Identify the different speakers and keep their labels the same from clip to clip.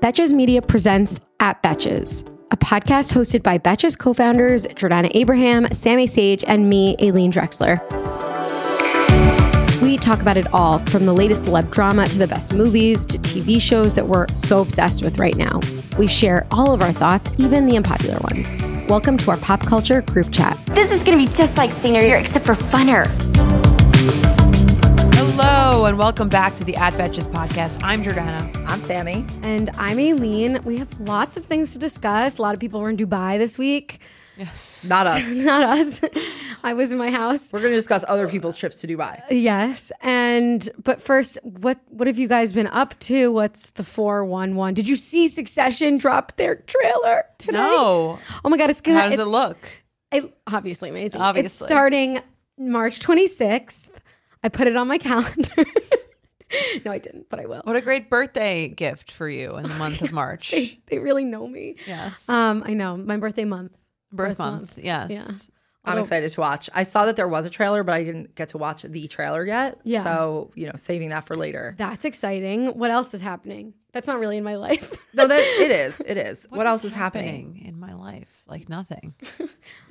Speaker 1: Betches Media presents At Betches, a podcast hosted by Betches co founders Jordana Abraham, Sammy Sage, and me, Aileen Drexler. We talk about it all from the latest celeb drama to the best movies to TV shows that we're so obsessed with right now. We share all of our thoughts, even the unpopular ones. Welcome to our pop culture group chat.
Speaker 2: This is gonna be just like senior year, except for funner.
Speaker 3: Hello and welcome back to the At Betches podcast. I'm Jordana.
Speaker 4: I'm Sammy.
Speaker 1: And I'm Aileen. We have lots of things to discuss. A lot of people were in Dubai this week.
Speaker 4: Not us.
Speaker 1: Not us. I was in my house.
Speaker 4: We're going to discuss other people's trips to Dubai.
Speaker 1: Yes, and but first, what what have you guys been up to? What's the four one one? Did you see Succession drop their trailer today?
Speaker 3: No.
Speaker 1: Oh my god, it's gonna.
Speaker 3: How does it look?
Speaker 1: it- obviously amazing. It's
Speaker 3: Obviously.
Speaker 1: starting March twenty sixth. I put it on my calendar. no, I didn't, but I will.
Speaker 3: What a great birthday gift for you in the month of March.
Speaker 1: They really know me.
Speaker 3: Yes.
Speaker 1: Um, I know my birthday month.
Speaker 3: Birth month. Yes.
Speaker 4: I'm excited to watch. I saw that there was a trailer, but I didn't get to watch the trailer yet.
Speaker 1: Yeah.
Speaker 4: So, you know, saving that for later.
Speaker 1: That's exciting. What else is happening? That's not really in my life.
Speaker 4: No, that it is. It is. What, else is happening?
Speaker 3: happening in my life? Like nothing.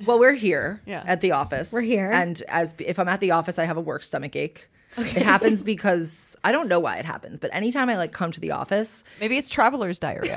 Speaker 4: Well, we're here
Speaker 3: Yeah.
Speaker 4: at the office. We're
Speaker 1: here.
Speaker 4: And as if I'm at the office, I have a work stomach ache. It happens because I don't know why it happens, but anytime I like come to the office,
Speaker 3: Maybe it's traveler's diarrhea.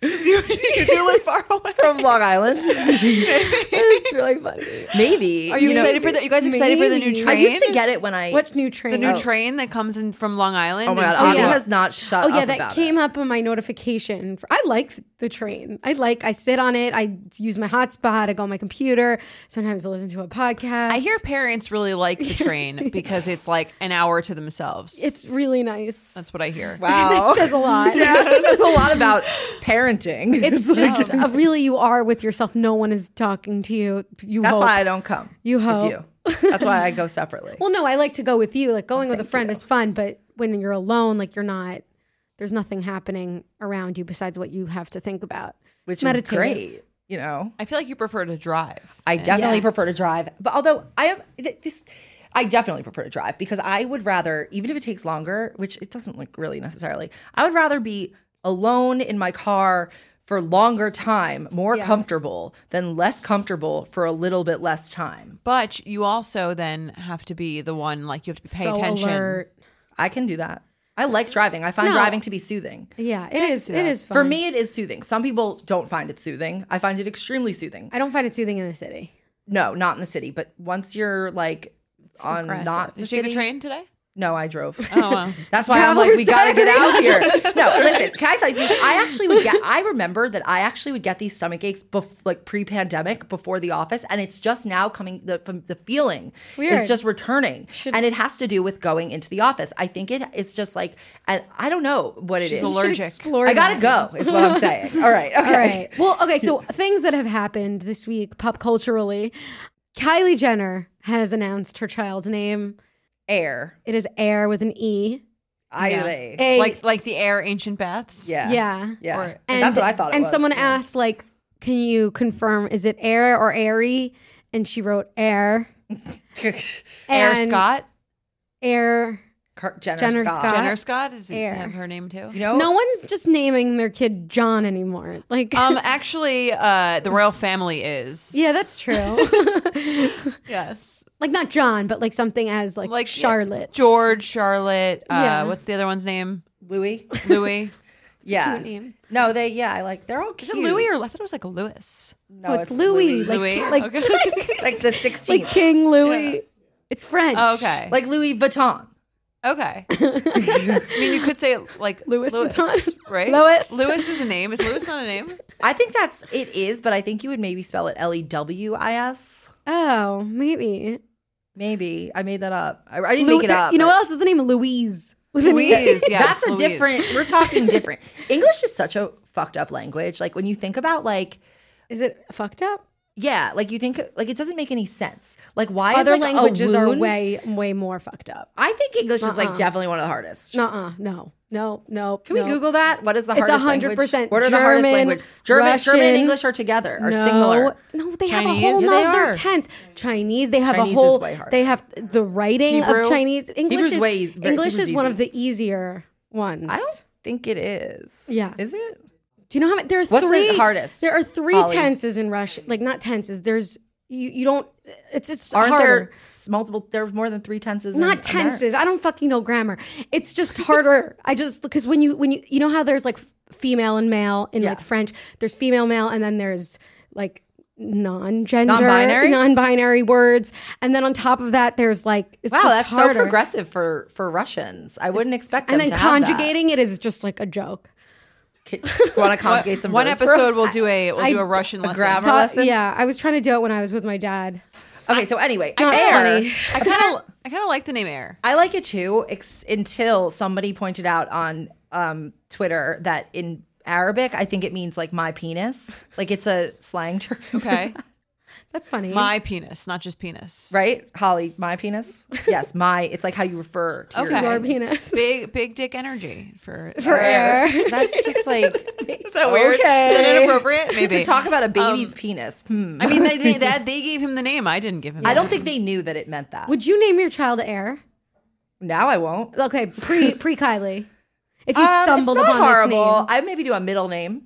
Speaker 3: 'Cause you, you do live far away.
Speaker 4: from Long Island,
Speaker 1: it's really funny.
Speaker 4: maybe.
Speaker 3: Are you,
Speaker 4: know,
Speaker 3: excited for the? You guys excited for the
Speaker 1: maybe.
Speaker 3: new train?
Speaker 4: I used to get it when I.
Speaker 1: What new train?
Speaker 3: the new
Speaker 1: Oh.
Speaker 3: train that comes in from Long Island.
Speaker 4: Oh my
Speaker 3: and
Speaker 4: God. Avi
Speaker 3: Ottawa.
Speaker 1: yeah.
Speaker 4: has not shut
Speaker 1: Oh
Speaker 4: up
Speaker 1: yeah, that
Speaker 4: about
Speaker 1: came
Speaker 4: it.
Speaker 1: up on my notification. For, I like the train. I like. I sit on it. I use my hotspot. I go on my computer. Sometimes I listen to a podcast.
Speaker 3: I hear parents really like the train because it's like an hour to themselves.
Speaker 1: it's really nice.
Speaker 3: That's what I hear.
Speaker 4: Wow.
Speaker 1: that says a lot.
Speaker 4: yeah, this is a lot about parenting.
Speaker 1: It's just a, really you are with yourself. No one is talking to you. You
Speaker 4: That's
Speaker 1: hope.
Speaker 4: why I don't come.
Speaker 1: You
Speaker 4: with
Speaker 1: hope.
Speaker 4: you. That's why I go separately.
Speaker 1: well, no, I like to go with you. Like going with a friend is fun, but when you're alone, like you're not. There's nothing happening around you besides what you have to think about,
Speaker 4: which
Speaker 1: meditative.
Speaker 4: is great. You know,
Speaker 3: I feel like you prefer to drive.
Speaker 4: I definitely
Speaker 1: Yes.
Speaker 4: prefer to drive, but although I am th- this, I definitely prefer to drive because I would rather, even if it takes longer, which it doesn't like really necessarily, I would rather be alone in my car for longer time, more comfortable than less comfortable for a little bit less time.
Speaker 3: But you also then have to be the one like you have to pay
Speaker 1: so
Speaker 3: attention.
Speaker 1: alert.
Speaker 4: I can do that. I like driving. I find
Speaker 1: No.
Speaker 4: driving to be soothing.
Speaker 1: Yeah, it is. It is fun
Speaker 4: For me, it is soothing. Some people don't find it soothing. I find it extremely soothing.
Speaker 1: I don't find it soothing in the city.
Speaker 4: No, not in the city. But once you're like on
Speaker 1: impressive.
Speaker 4: not the
Speaker 3: Did you take the
Speaker 4: city.
Speaker 3: train today?
Speaker 4: No, I drove.
Speaker 3: Oh, wow.
Speaker 4: That's why I'm like, we
Speaker 1: Traveler's
Speaker 4: gotta get
Speaker 1: diarrhea.
Speaker 4: out here. No, listen, can I tell you something? I actually would get. I remember that I actually would get these stomach aches bef- like pre-pandemic, before the office, and it's just now coming. The from the feeling
Speaker 1: weird.
Speaker 4: is just returning, and it has to do with going into the office. I think it it's just like, and I don't know what it is.
Speaker 3: She's
Speaker 1: Should
Speaker 3: allergic.
Speaker 1: Explore
Speaker 4: I gotta
Speaker 1: that.
Speaker 4: go. Is what I'm saying. All right. Okay.
Speaker 1: All right. Well, okay. So things that have happened this week, pop culturally, Kylie Jenner has announced her child's name.
Speaker 4: Air.
Speaker 1: It is Air with an E.
Speaker 4: I.
Speaker 3: Yeah.
Speaker 1: A.
Speaker 3: Like like the air ancient baths.
Speaker 4: Yeah.
Speaker 1: yeah.
Speaker 4: Yeah.
Speaker 3: Or-
Speaker 4: That's what I thought. It
Speaker 1: and
Speaker 4: was.
Speaker 1: someone
Speaker 4: Yeah.
Speaker 1: asked, like, can you confirm is it Air or Airy? And she wrote Air.
Speaker 3: Air
Speaker 1: And
Speaker 3: Scott.
Speaker 1: Air.
Speaker 4: Car- Jenner,
Speaker 1: Jenner
Speaker 4: Scott.
Speaker 1: Scott.
Speaker 3: Jenner Scott is
Speaker 1: Air.
Speaker 3: it have her name too?
Speaker 4: You know,
Speaker 1: No one's just naming their kid John anymore. Like,
Speaker 3: Um actually uh the royal family is.
Speaker 1: yeah, that's true.
Speaker 3: Yes.
Speaker 1: like not John, but like something as like,
Speaker 3: Like, yeah,
Speaker 1: Charlotte.
Speaker 3: George, Charlotte, uh
Speaker 1: Yeah.
Speaker 3: what's the other one's name?
Speaker 4: Louis.
Speaker 3: Louis.
Speaker 4: yeah.
Speaker 1: cute name.
Speaker 4: No, they. Yeah, I like. They're all
Speaker 3: is
Speaker 4: cute.
Speaker 3: it Louis or I thought it was like Louis.
Speaker 4: no,
Speaker 1: No, Oh, it's, Louis. Like,
Speaker 3: Louis?
Speaker 1: like,
Speaker 3: Okay.
Speaker 4: like the
Speaker 1: like
Speaker 4: 16th,
Speaker 1: King Louis. It's French.
Speaker 3: Oh,
Speaker 4: Oh,
Speaker 3: okay.
Speaker 4: like Louis Vuitton.
Speaker 3: Okay. I mean, you could say like
Speaker 1: Louis Vuitton.
Speaker 3: right?
Speaker 1: Louis.
Speaker 3: Louis is a name. Is Louis not a name?
Speaker 4: I think that's it is, but I think you would maybe spell it L E W I S.
Speaker 1: Oh, maybe.
Speaker 4: Maybe I made that up. I, I didn't
Speaker 1: Lou-
Speaker 4: make it
Speaker 1: there-
Speaker 4: up.
Speaker 1: you know
Speaker 4: but-
Speaker 1: what else is the name? Louise. With an E.
Speaker 3: Louise. Yes,
Speaker 4: that's a
Speaker 3: Louise.
Speaker 4: different. We're talking different. English is such a fucked up language. Like when you think about like.
Speaker 1: Is it fucked up?
Speaker 4: Yeah, like you think, like it doesn't make any sense. Like why
Speaker 1: Other
Speaker 4: is, like, oh, a
Speaker 1: languages are
Speaker 4: wound-
Speaker 1: way, way more fucked up.
Speaker 4: I think English is
Speaker 1: Uh-uh.
Speaker 4: like definitely one of the hardest.
Speaker 1: Nuh-uh. No, no, no.
Speaker 4: Can we Google that? What is the
Speaker 1: It's
Speaker 4: hardest language?
Speaker 1: 100%
Speaker 4: What are the hardest
Speaker 1: German,
Speaker 4: language? German, German,
Speaker 1: Russian.
Speaker 4: and English are together, are
Speaker 1: no,
Speaker 4: similar.
Speaker 1: no, they
Speaker 3: Chinese?
Speaker 1: have a whole
Speaker 4: Yeah, they
Speaker 1: nother
Speaker 4: are.
Speaker 1: tense. Chinese, they have
Speaker 4: Chinese
Speaker 1: a
Speaker 4: is
Speaker 1: whole.
Speaker 4: way harder.
Speaker 1: They have the writing
Speaker 3: Hebrew?
Speaker 1: of Chinese. English
Speaker 4: Hebrew's
Speaker 1: is
Speaker 4: way-
Speaker 1: English
Speaker 4: Hebrew's
Speaker 1: is one
Speaker 4: easy.
Speaker 1: of the easier ones.
Speaker 4: I don't think it is.
Speaker 1: Yeah.
Speaker 4: Is it?
Speaker 1: Do you know how many? There's
Speaker 4: What's the
Speaker 1: three
Speaker 4: hardest,
Speaker 1: There are three
Speaker 4: Holly?
Speaker 1: tenses in Russian, like not tenses. There's you. You don't. It's it's
Speaker 4: Aren't there Mm,
Speaker 1: harder.
Speaker 4: s- multiple? There's more than three tenses. in
Speaker 1: not
Speaker 4: Ameri-
Speaker 1: tenses. I don't fucking know grammar. It's just harder. I just because when you when you you know how there's like female and male in like
Speaker 4: Yeah.
Speaker 1: French. There's female male and then there's like non-gender
Speaker 4: Non-binary?
Speaker 1: non-binary words and then on top of that there's like it's
Speaker 4: Wow,
Speaker 1: just
Speaker 4: that's
Speaker 1: harder.
Speaker 4: so progressive for for Russians. I wouldn't expect them
Speaker 1: and then
Speaker 4: to have that.
Speaker 1: conjugating it is just like a joke
Speaker 4: Ki- you want to conjugate some
Speaker 5: One
Speaker 4: verbs for
Speaker 5: episode
Speaker 4: us?
Speaker 5: we'll do a we'll
Speaker 1: I-
Speaker 5: do a Russian lesson.
Speaker 4: grammar-
Speaker 1: Ta-
Speaker 4: lesson?
Speaker 1: yeah i was trying to do it when i was with my dad
Speaker 4: Okay, so anyway,
Speaker 1: Not
Speaker 4: air.
Speaker 1: funny.
Speaker 5: I kind of I kind of like the name Air.
Speaker 4: I like it too, ex- until somebody pointed out on um, Twitter that in Arabic, I think it means like my penis. Like it's a slang term.
Speaker 5: Okay,
Speaker 1: that's funny
Speaker 5: my penis, not just penis.
Speaker 4: Right, Holly, my penis. Yes, my. It's like how you refer to
Speaker 5: Okay.
Speaker 1: your
Speaker 4: your penis.
Speaker 1: penis
Speaker 5: Big big dick energy for uh,
Speaker 1: for air.
Speaker 4: That's just like
Speaker 5: Is that weird? Is that
Speaker 4: Okay.
Speaker 5: inappropriate? Maybe.
Speaker 4: to talk about a baby's
Speaker 1: Um,
Speaker 4: penis. Hmm.
Speaker 5: I mean, they, they, that they gave him the name. I didn't give him.
Speaker 4: I
Speaker 5: the
Speaker 4: don't
Speaker 5: name.
Speaker 4: think they knew that it meant that.
Speaker 1: Would you name your child Air?
Speaker 4: now I won't.
Speaker 1: Okay, pre pre Kylie. If you
Speaker 4: Um,
Speaker 1: stumbled
Speaker 4: it's not
Speaker 1: upon
Speaker 4: horrible.
Speaker 1: this name,
Speaker 4: I maybe do a middle name.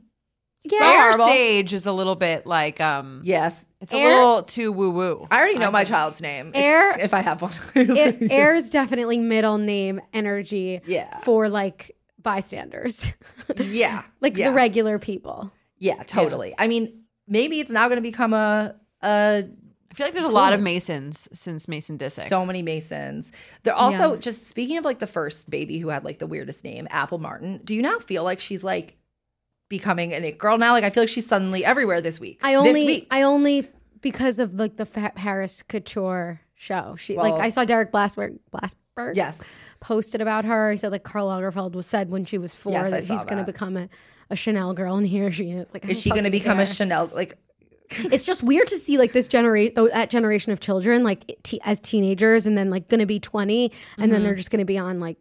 Speaker 1: yeah,
Speaker 5: Air
Speaker 4: horrible.
Speaker 5: Sage is a little bit like um.
Speaker 4: Yes,
Speaker 5: It's a
Speaker 1: Air-
Speaker 5: little too woo woo.
Speaker 4: I already know my child's name. It's-
Speaker 1: Air-
Speaker 4: if I have one.
Speaker 1: it, Air is definitely middle name energy.
Speaker 4: Yeah.
Speaker 1: for like bystanders,
Speaker 4: yeah,
Speaker 1: like
Speaker 4: yeah.
Speaker 1: the regular people.
Speaker 4: Yeah, totally. I mean, maybe it's now going to become a a
Speaker 5: I feel like there's a lot of Masons since Mason Disick.
Speaker 4: so many Masons. They're also
Speaker 1: Yeah.
Speaker 4: just speaking of like the first baby who had like the weirdest name, Apple Martin. Do you now feel like she's like becoming an it girl now? Like I feel like she's suddenly everywhere this week.
Speaker 1: I
Speaker 4: this
Speaker 1: only
Speaker 4: week.
Speaker 1: I only because of like the Fa- Paris Couture show. She like
Speaker 4: Well-
Speaker 1: I saw Derek Blasberg Blasberg
Speaker 4: yes.
Speaker 1: posted about her. He said like Karl Lagerfeld was said when she was four
Speaker 4: Yes, I
Speaker 1: that
Speaker 4: saw
Speaker 1: he's going to
Speaker 4: that.
Speaker 1: become a, a Chanel girl, and here she is. Like, I
Speaker 4: Is
Speaker 1: don't
Speaker 4: she going to
Speaker 1: fucking
Speaker 4: become a
Speaker 1: care.
Speaker 4: Chanel? Like
Speaker 1: it's just weird to see like this generation that generation of children like t- as teenagers and then like gonna be 20 and then
Speaker 5: Mm-hmm.
Speaker 1: they're just gonna be on like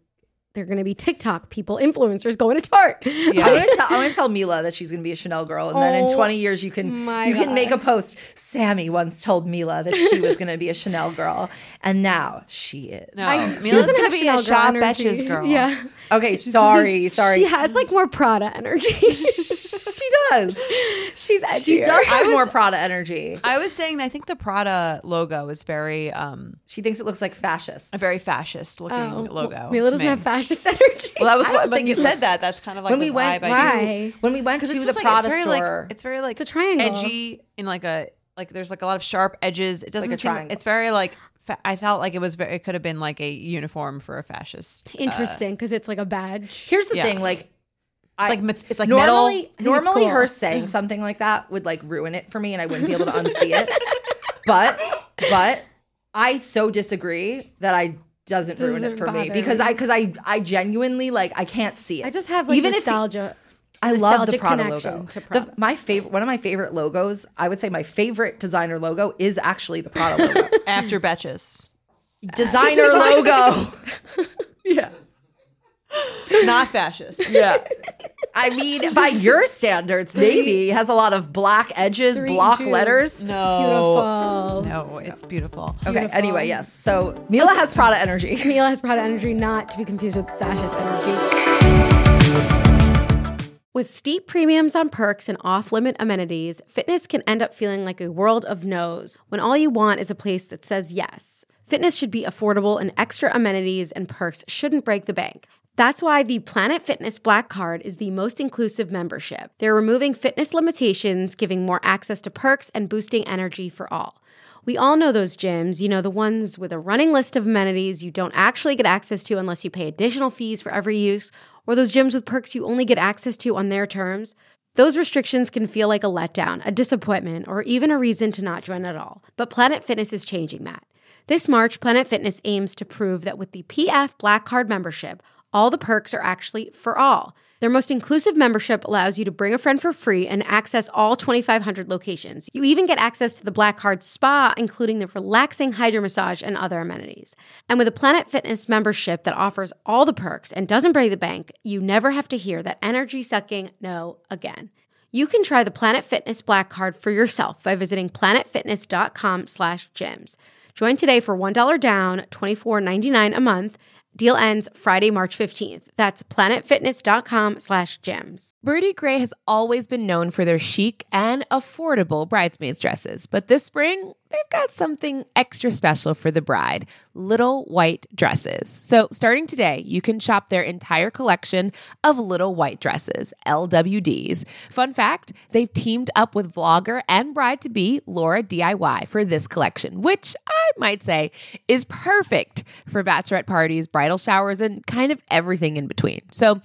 Speaker 1: they're gonna be tiktok people influencers going to tart
Speaker 4: I'm going to tell I'm going to tell Mila that she's going to be a Chanel girl, and then in
Speaker 1: Oh,
Speaker 4: 20 years you can
Speaker 1: my
Speaker 4: you
Speaker 1: God.
Speaker 4: can make a post. Sammy once told Mila that she was going to be a Chanel girl, and now she is.
Speaker 5: no,
Speaker 1: I- she
Speaker 5: Mila's
Speaker 1: doesn't
Speaker 5: gonna
Speaker 1: have
Speaker 5: be
Speaker 1: Chanel
Speaker 5: a shop
Speaker 1: girl energy.
Speaker 5: betches girl.
Speaker 1: yeah
Speaker 4: Okay, sorry, sorry.
Speaker 1: she has like more prada energy
Speaker 4: she does.
Speaker 1: she's edgier.
Speaker 4: She does have more Prada energy.
Speaker 5: I was saying that I think the Prada logo is very um
Speaker 4: She thinks it looks like fascist.
Speaker 5: a very fascist looking logo.
Speaker 1: Oh, mila
Speaker 5: to
Speaker 1: doesn't
Speaker 5: me.
Speaker 1: have fascist energy
Speaker 5: Well, that was
Speaker 4: I don't
Speaker 5: what, but
Speaker 4: think
Speaker 5: you
Speaker 4: it
Speaker 5: said
Speaker 4: was-
Speaker 5: that. That's kind of like
Speaker 4: When
Speaker 5: the
Speaker 4: we went
Speaker 5: vibe
Speaker 4: to,
Speaker 5: I
Speaker 1: Why?
Speaker 5: get.
Speaker 4: when we went to
Speaker 5: because it's
Speaker 4: the
Speaker 5: just like
Speaker 4: Prada
Speaker 5: it's very
Speaker 4: store,
Speaker 5: like it's very like
Speaker 1: It's a triangle.
Speaker 5: edgy in like a like there's like a lot of sharp edges. It doesn't
Speaker 4: a
Speaker 5: seem.
Speaker 4: triangle.
Speaker 5: It's very like fa- I felt like it was very. It could have been like a uniform for a fascist. uh,
Speaker 1: interesting because it's like a badge
Speaker 4: here's the
Speaker 5: Yeah.
Speaker 4: thing, like. I,
Speaker 5: it's like met- it's like
Speaker 4: normally,
Speaker 5: metal.
Speaker 1: it's
Speaker 4: normally
Speaker 1: cool.
Speaker 4: her saying something like that would like ruin it for me, and I wouldn't be able to unsee it. But, but I so disagree that I doesn't, ruin
Speaker 1: Doesn't
Speaker 4: it for me
Speaker 1: bother
Speaker 4: because
Speaker 1: me.
Speaker 4: I because I I genuinely like I can't see it.
Speaker 1: i just have like
Speaker 4: Even if-
Speaker 1: nostalgia
Speaker 4: I love the
Speaker 1: nostalgic
Speaker 4: Prada
Speaker 1: connection
Speaker 4: logo.
Speaker 1: to
Speaker 4: The-
Speaker 1: Prada.
Speaker 4: my favorite, one of my favorite logos. I would say my favorite designer logo is actually the Prada logo.
Speaker 5: after betches,
Speaker 4: designer logo. yeah.
Speaker 5: not fascist.
Speaker 4: Yeah. I mean, by your standards, maybe has a lot of black edges,
Speaker 1: Three
Speaker 4: block
Speaker 1: Jews.
Speaker 4: letters.
Speaker 1: beautiful
Speaker 5: no, it's beautiful.
Speaker 4: Okay,
Speaker 1: Beautiful.
Speaker 4: anyway, yes. So Mila has Prada energy.
Speaker 1: Mila has Prada energy, not to be confused with fascist energy. With steep premiums on perks and off limit amenities, fitness can end up feeling like a world of no's when all you want is a place that says yes. Fitness should be affordable, and extra amenities and perks shouldn't break the bank. That's why the Planet Fitness Black Card is the most inclusive membership. They're removing fitness limitations, giving more access to perks, and boosting energy for all. We all know those gyms, you know, the ones with a running list of amenities you don't actually get access to unless you pay additional fees for every use, or those gyms with perks you only get access to on their terms. Those restrictions can feel like a letdown, a disappointment, or even a reason to not join at all. But Planet Fitness is changing that. This March, Planet Fitness aims to prove that with the PF Black Card membership, all the perks are actually for all. Their most inclusive membership allows you to bring a friend for free and access all 2,500 locations. You even get access to the Black Card Spa, including the relaxing hydro massage and other amenities. And with a Planet Fitness membership that offers all the perks and doesn't break the bank, you never have to hear that energy sucking no again. You can try the Planet Fitness Black Card for yourself by visiting planetfitness.com slash gyms. Join today for $1 down, $24.99 a month, Deal ends Friday, March 15th. That's planetfitness.com slash gyms.
Speaker 6: Birdie Gray has always been known for their chic and affordable bridesmaids dresses, but this spring they've got something extra special for the bride little white dresses. So, starting today, you can shop their entire collection of little white dresses, LWDs. Fun fact they've teamed up with vlogger and bride to be Laura DIY for this collection, which I might say is perfect for bachelorette parties, bridal showers, and kind of everything in between. So,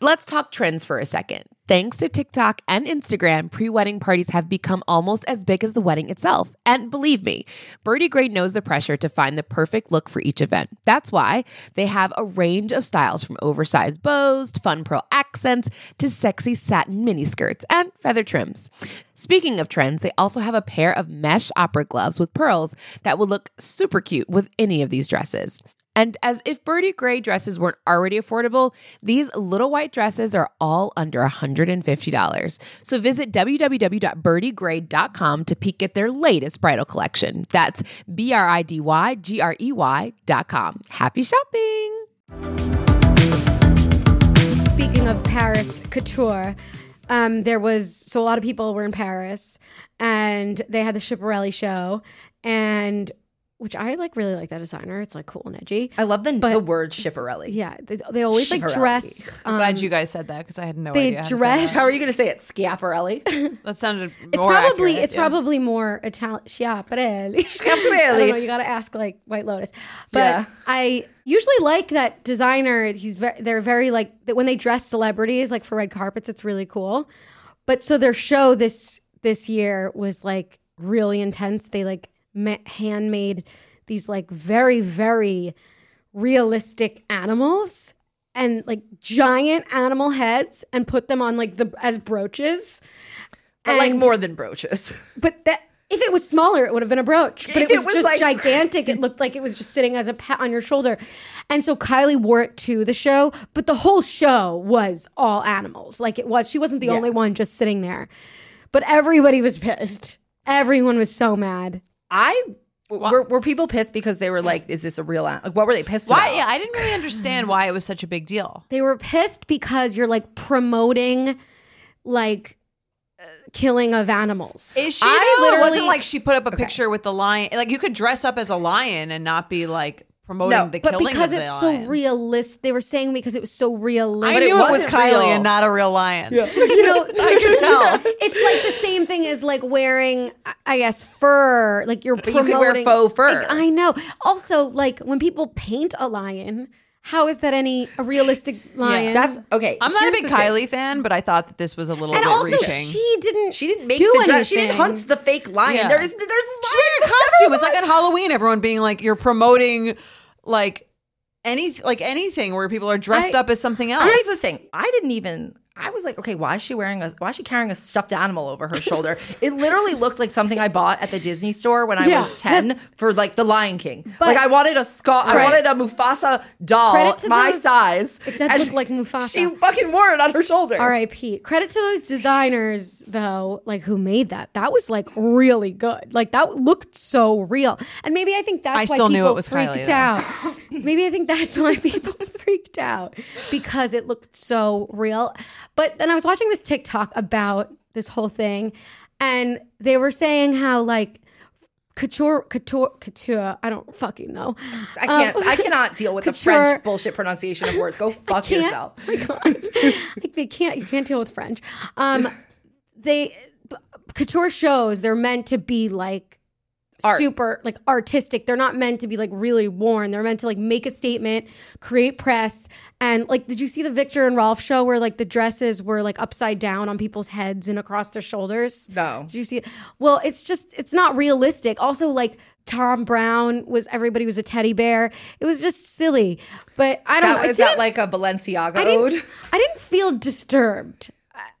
Speaker 6: Let's talk trends for a second. Thanks to TikTok and Instagram, pre wedding parties have become almost as big as the wedding itself. And believe me, Birdie Gray knows the pressure to find the perfect look for each event. That's why they have a range of styles from oversized bows, to fun pearl accents, to sexy satin miniskirts and feather trims. Speaking of trends, they also have a pair of mesh opera gloves with pearls that will look super cute with any of these dresses. And as if Birdie Gray dresses weren't already affordable, these little white dresses are all under $150. So visit www.birdiegray.com to peek at their latest bridal collection. That's B R I D Y G R E Y dot com. Happy shopping!
Speaker 1: Speaking of Paris couture, um, there was so a lot of people were in Paris, and they had the Schiaparelli show, and which I like really like that designer. It's like cool and edgy.
Speaker 4: I love the,
Speaker 1: But-
Speaker 4: the word Schiaparelli.
Speaker 1: yeah, they, they always like
Speaker 4: Schiaparelli.
Speaker 1: dress.
Speaker 5: I'm
Speaker 1: um,
Speaker 5: glad you guys said that because I had no
Speaker 1: they
Speaker 5: idea. how to say
Speaker 1: dress-
Speaker 5: that.
Speaker 4: How are you going to say it? Schiaparelli?
Speaker 5: That sounded more
Speaker 1: It's probably
Speaker 5: accurate,
Speaker 1: it's
Speaker 5: yeah.
Speaker 1: probably more Italian. Schiaparelli. I don't know.
Speaker 4: Schiaparelli.
Speaker 1: You got to ask like White Lotus. But
Speaker 4: Yeah.
Speaker 1: I usually like that designer. He's ve- they're very like that when they dress celebrities like for red carpets. It's really cool. But so their show this this year was like really intense. They like ma- handmade these like very very realistic animals and like giant animal heads and put them on like the as brooches.
Speaker 4: But like
Speaker 1: And-
Speaker 4: more than brooches.
Speaker 1: but that if it was smaller, it would have been a brooch. But
Speaker 4: If
Speaker 1: it was,
Speaker 4: it was,
Speaker 1: just
Speaker 4: like-
Speaker 1: gigantic. It looked like it was just sitting as a pat on your shoulder. And so Kylie wore it to the show, but the whole show was all animals. Like it was, she wasn't the only one just sitting there. But everybody was pissed. Everyone was so mad.
Speaker 4: I were, were people pissed because they were like, "Is this a real?" a- Like, what were they pissed
Speaker 5: Why?
Speaker 4: about?
Speaker 5: Yeah, I didn't really understand why it was such a big deal.
Speaker 1: They were pissed because you're like promoting like uh, killing of animals.
Speaker 5: Is she?
Speaker 4: I
Speaker 5: though? it wasn't
Speaker 4: literally-
Speaker 5: like she put up a picture with the lion. Like you could dress up as a lion and not be like promoting
Speaker 4: No,
Speaker 5: the
Speaker 1: but
Speaker 5: killing
Speaker 1: because
Speaker 5: of the
Speaker 1: it's so
Speaker 5: lion.
Speaker 1: realist, they were saying because it was so
Speaker 5: I
Speaker 1: realistic.
Speaker 4: it
Speaker 5: knew it, was
Speaker 4: wasn't
Speaker 5: Kylie
Speaker 4: real.
Speaker 5: and not a real lion.
Speaker 1: No,
Speaker 5: I could tell.
Speaker 1: It's like the same thing as like wearing, I- I guess, fur. Like you're
Speaker 4: you could wear
Speaker 1: promoting-
Speaker 4: faux fur.
Speaker 1: Like, I know. Also, like when people paint a lion, how is that any a realistic lion?
Speaker 4: That's okay.
Speaker 5: I'm not a
Speaker 4: here's
Speaker 5: big
Speaker 4: the thing.
Speaker 5: Kylie fan, but I thought that this was a little
Speaker 1: and
Speaker 5: bit
Speaker 1: also
Speaker 5: reaching.
Speaker 1: she didn't.
Speaker 4: She didn't make
Speaker 1: do
Speaker 4: the
Speaker 1: anything.
Speaker 4: dress. She didn't hunt the fake lion.
Speaker 5: Yeah.
Speaker 4: There is, there's
Speaker 5: She made a costume. It's like on Halloween, everyone being like, "You're promoting like any like anything where people are dressed
Speaker 1: I-
Speaker 5: up as something else."
Speaker 4: Here's the thing. I didn't even. I was like, okay, why is she wearing a? Why is she carrying a stuffed animal over her shoulder? it literally looked like something I bought at the Disney store when I
Speaker 1: Yeah,
Speaker 4: was ten for like the Lion King.
Speaker 1: But-
Speaker 4: like I wanted a Scott. I
Speaker 1: Right.
Speaker 4: wanted a Mufasa doll
Speaker 1: Credit to
Speaker 4: my
Speaker 1: those-
Speaker 4: size.
Speaker 1: it does
Speaker 4: and
Speaker 1: look like Mufasa.
Speaker 4: She fucking wore it on her shoulder.
Speaker 1: R.I.P. Credit to those designers though, like who made that. That was like really good. Like that looked so real. And maybe I think that's
Speaker 5: I
Speaker 1: why
Speaker 5: still
Speaker 1: people
Speaker 5: knew it was
Speaker 1: freaked
Speaker 5: Kylie, though.
Speaker 1: out. maybe I think that's why people freaked out because it looked so real. But then I was watching this TikTok about this whole thing, and they were saying how like couture, couture, couture. I don't fucking know.
Speaker 4: I can't. I cannot deal with the
Speaker 1: um, couture-
Speaker 4: French bullshit pronunciation of words. Go fuck
Speaker 1: can't-
Speaker 4: yourself.
Speaker 1: Oh my god! like they can't. You can't deal with French. Um, they b- couture shows. They're meant to be like
Speaker 4: Art.
Speaker 1: super like artistic. They're not meant to be like really worn. They're meant to like make a statement, create press, and like. Did you see the Victor and Rolf show where like the dresses were like upside down on people's heads and across their shoulders?
Speaker 4: No.
Speaker 1: Did you see? It? Well, it's just it's not realistic. Also, like. Tom Brown was everybody was a teddy bear. It was just silly, but I don't. know.
Speaker 4: That,
Speaker 1: It
Speaker 4: is that
Speaker 1: didn't-
Speaker 4: like a Balenciaga
Speaker 1: I
Speaker 4: ode?
Speaker 1: didn't, I didn't feel disturbed.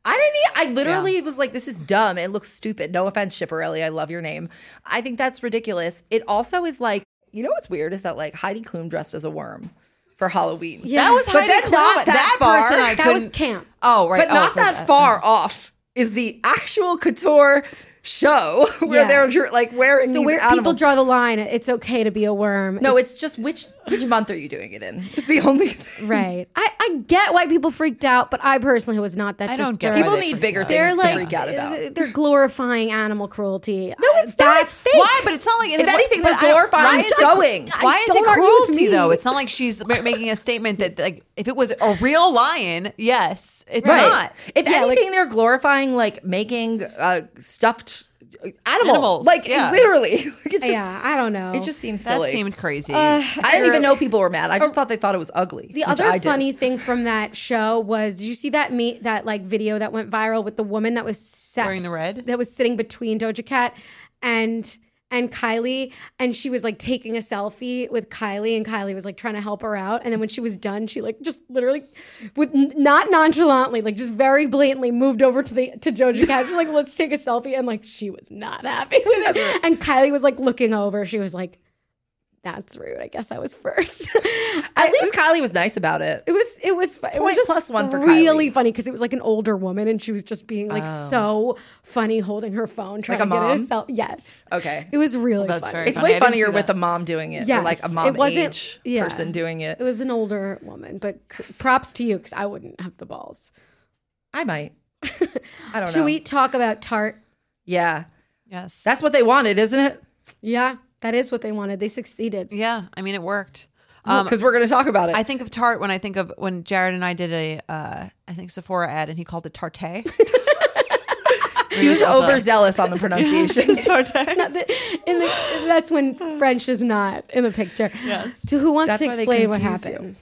Speaker 4: I didn't. e- I literally was like, "This is dumb. It looks stupid." No offense, Schiaparelli. I love your name. I think that's ridiculous. It also is like, you know what's weird is that like Heidi Klum dressed as a worm for Halloween.
Speaker 1: Yeah. That was
Speaker 4: but
Speaker 5: Heidi
Speaker 4: that's
Speaker 5: Klum.
Speaker 4: not that,
Speaker 5: That
Speaker 4: far.
Speaker 5: person I
Speaker 1: That was
Speaker 5: couldn't-
Speaker 1: camp.
Speaker 5: Oh right,
Speaker 4: but not that, far off is the actual couture show where
Speaker 1: Yeah.
Speaker 4: they're dr- like wearing
Speaker 1: So
Speaker 4: these
Speaker 1: where people
Speaker 4: animals.
Speaker 1: draw the line, it's okay to be a worm.
Speaker 4: no, it's just which which month are you doing it in? It's the only thing.
Speaker 1: right. I, I get why people freaked out, but I personally was not that.
Speaker 3: I don't get
Speaker 1: disturbed.
Speaker 3: why
Speaker 4: People
Speaker 3: they
Speaker 4: need
Speaker 3: freak
Speaker 4: bigger
Speaker 3: out.
Speaker 4: things
Speaker 1: They're
Speaker 4: to
Speaker 1: like
Speaker 4: freak out about.
Speaker 1: is- they're glorifying animal cruelty. No,
Speaker 4: it's not. It's fake.
Speaker 3: Why? But it's not like
Speaker 4: If anything,
Speaker 3: but
Speaker 4: they're
Speaker 3: I don't-
Speaker 4: glorifying
Speaker 3: why is it-
Speaker 4: sewing.
Speaker 3: Why is
Speaker 1: don't
Speaker 3: it
Speaker 1: argue with me.
Speaker 3: cruelty though? It's not like she's ma- making a statement that like if it was a real lion, yes, it's not.
Speaker 4: If
Speaker 1: Yeah, like-
Speaker 4: anything, they're glorifying like making uh, stuffed uh, animal.
Speaker 3: Animals,
Speaker 4: Like
Speaker 3: yeah.
Speaker 4: literally, Like, it just
Speaker 1: yeah, I don't know.
Speaker 4: it just seems
Speaker 3: that
Speaker 4: silly.
Speaker 3: seemed crazy.
Speaker 4: I didn't even know people were mad. I just thought they thought it was ugly.
Speaker 1: Oh. The
Speaker 4: which
Speaker 1: other
Speaker 4: I did.
Speaker 1: funny thing from that show was, did you see that me that like video that went viral with the woman that was sat,
Speaker 3: Wearing the red?
Speaker 1: that was sitting between Doja Cat and and Kylie, and she was like taking a selfie with Kylie, and Kylie was like trying to help her out, and then when she was done, she like just literally with n- not nonchalantly, like just very blatantly moved over to the to Doja Cat, she's like let's take a selfie, and like she was not happy with it, and Kylie was like looking over, she was like. That's rude. I guess I was first.
Speaker 4: At least Kylie was nice about it.
Speaker 1: It was it was fu- it was
Speaker 4: Point
Speaker 1: just
Speaker 4: plus one for
Speaker 1: really
Speaker 4: Kylie.
Speaker 1: funny because it was like an older woman and she was just being like so funny holding her phone trying
Speaker 4: a
Speaker 1: to get
Speaker 4: mom?
Speaker 1: herself yes
Speaker 4: Okay.
Speaker 1: it was really
Speaker 3: that's
Speaker 1: funny
Speaker 3: very
Speaker 4: It's
Speaker 3: funny. I
Speaker 4: way
Speaker 3: didn't
Speaker 4: funnier
Speaker 3: see
Speaker 4: with
Speaker 3: that.
Speaker 4: a mom doing it, or
Speaker 1: Yes.
Speaker 4: like a
Speaker 1: It
Speaker 4: mom
Speaker 1: wasn't-
Speaker 4: age
Speaker 1: yeah.
Speaker 4: person doing it.
Speaker 1: it was an older woman but c- props to you because I wouldn't have the balls
Speaker 4: I might. I don't
Speaker 1: should
Speaker 4: know.
Speaker 1: we talk about Tarte
Speaker 4: Yeah,
Speaker 3: yes.
Speaker 4: that's what they wanted, isn't it?
Speaker 1: yeah that is what they wanted they succeeded
Speaker 3: yeah. I mean, it worked. Um,
Speaker 4: Because we're going to talk about it.
Speaker 3: I think of Tarte when I think of when Jared and I did a uh, I think Sephora ad and he called it Tarte.
Speaker 4: he was overzealous on the pronunciation.
Speaker 1: It's not the- in the, that's when French is not in the picture yes so who wants
Speaker 4: That's
Speaker 1: to
Speaker 4: why they
Speaker 1: explain what
Speaker 4: confuse you.
Speaker 1: happened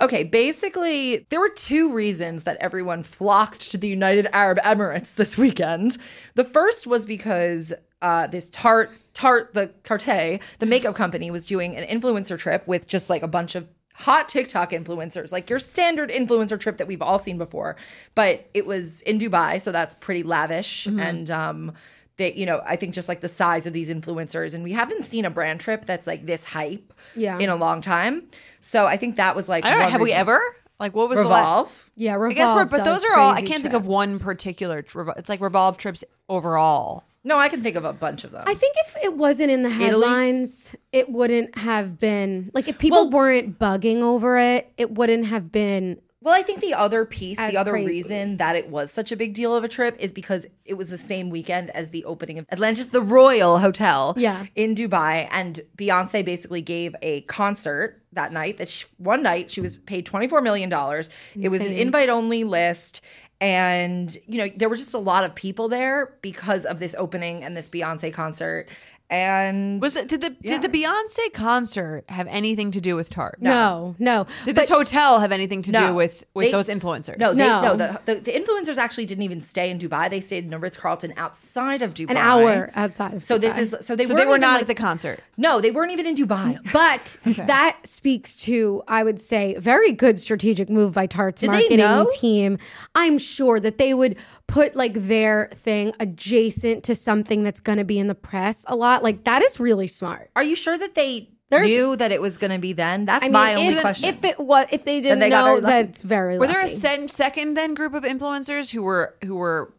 Speaker 4: Okay, basically, there were two reasons that everyone flocked to the United Arab Emirates this weekend. The first was because uh, this Tarte, Tarte, the Tarte, the makeup company, was doing an influencer trip with just like a bunch of hot TikTok influencers, like your standard influencer trip that we've all seen before. But it was in Dubai, so that's pretty lavish. And, um, that you know, I think just like the size of these influencers, and we haven't seen a brand trip that's like this hype
Speaker 1: Yeah.
Speaker 4: in a long time. So I think that was like
Speaker 3: I don't know.
Speaker 4: one
Speaker 3: Have we
Speaker 4: reason.
Speaker 3: ever? Like, what was the last?
Speaker 4: revolve?
Speaker 1: yeah
Speaker 3: I guess we're,
Speaker 1: Revolve
Speaker 3: but
Speaker 1: does
Speaker 3: those are all. I
Speaker 1: crazy
Speaker 3: can't think of
Speaker 1: trips.
Speaker 3: one particular. Tri- it's like revolve trips overall.
Speaker 4: No, I can think of a bunch of them.
Speaker 1: I think if it wasn't in the headlines, it wouldn't have been like if people weren't bugging over it, it wouldn't have been
Speaker 4: well, I think the other piece,
Speaker 1: As
Speaker 4: the other
Speaker 1: crazy.
Speaker 4: reason that it was such a big deal of a trip is because it was the same weekend as the opening of Atlantis, the Royal Hotel
Speaker 1: Yeah.
Speaker 4: in Dubai. And Beyonce basically gave a concert that night that she, one night she was paid $24 million. It was an
Speaker 1: Insane.
Speaker 4: invite only list. And, you know, there were just a lot of people there because of this opening and this Beyonce concert. And
Speaker 3: Was it, did the did the Beyonce concert have anything to do with Tarte?
Speaker 1: no, no.
Speaker 3: Did
Speaker 1: But
Speaker 3: this hotel have anything to do
Speaker 4: No.
Speaker 3: with with
Speaker 4: They-
Speaker 3: those influencers?
Speaker 4: No, they,
Speaker 1: No.
Speaker 4: no. the, the, the influencers actually didn't even stay in Dubai. They stayed in a Ritz Carlton outside of Dubai.
Speaker 1: an hour outside of
Speaker 4: So this
Speaker 1: Dubai.
Speaker 4: is so they
Speaker 3: so
Speaker 4: weren't
Speaker 3: they were
Speaker 4: even,
Speaker 3: not
Speaker 4: like,
Speaker 3: at the concert.
Speaker 4: no, they weren't even in Dubai.
Speaker 1: but that speaks to, I would say, very good strategic move by Tarte's
Speaker 4: they
Speaker 1: marketing
Speaker 4: know?
Speaker 1: team. I'm sure that they would put like their thing adjacent to something that's going to be in the press a lot. Like that is really smart.
Speaker 4: Are you sure that they
Speaker 1: There's-
Speaker 4: knew that it was going to be then? That's
Speaker 1: I mean,
Speaker 4: my only
Speaker 1: if,
Speaker 4: question.
Speaker 1: if it was, if they didn't
Speaker 4: they got
Speaker 1: know,
Speaker 4: very lucky.
Speaker 1: that's very.
Speaker 3: Were there a
Speaker 1: lucky.
Speaker 3: sen- second then group of influencers who were who were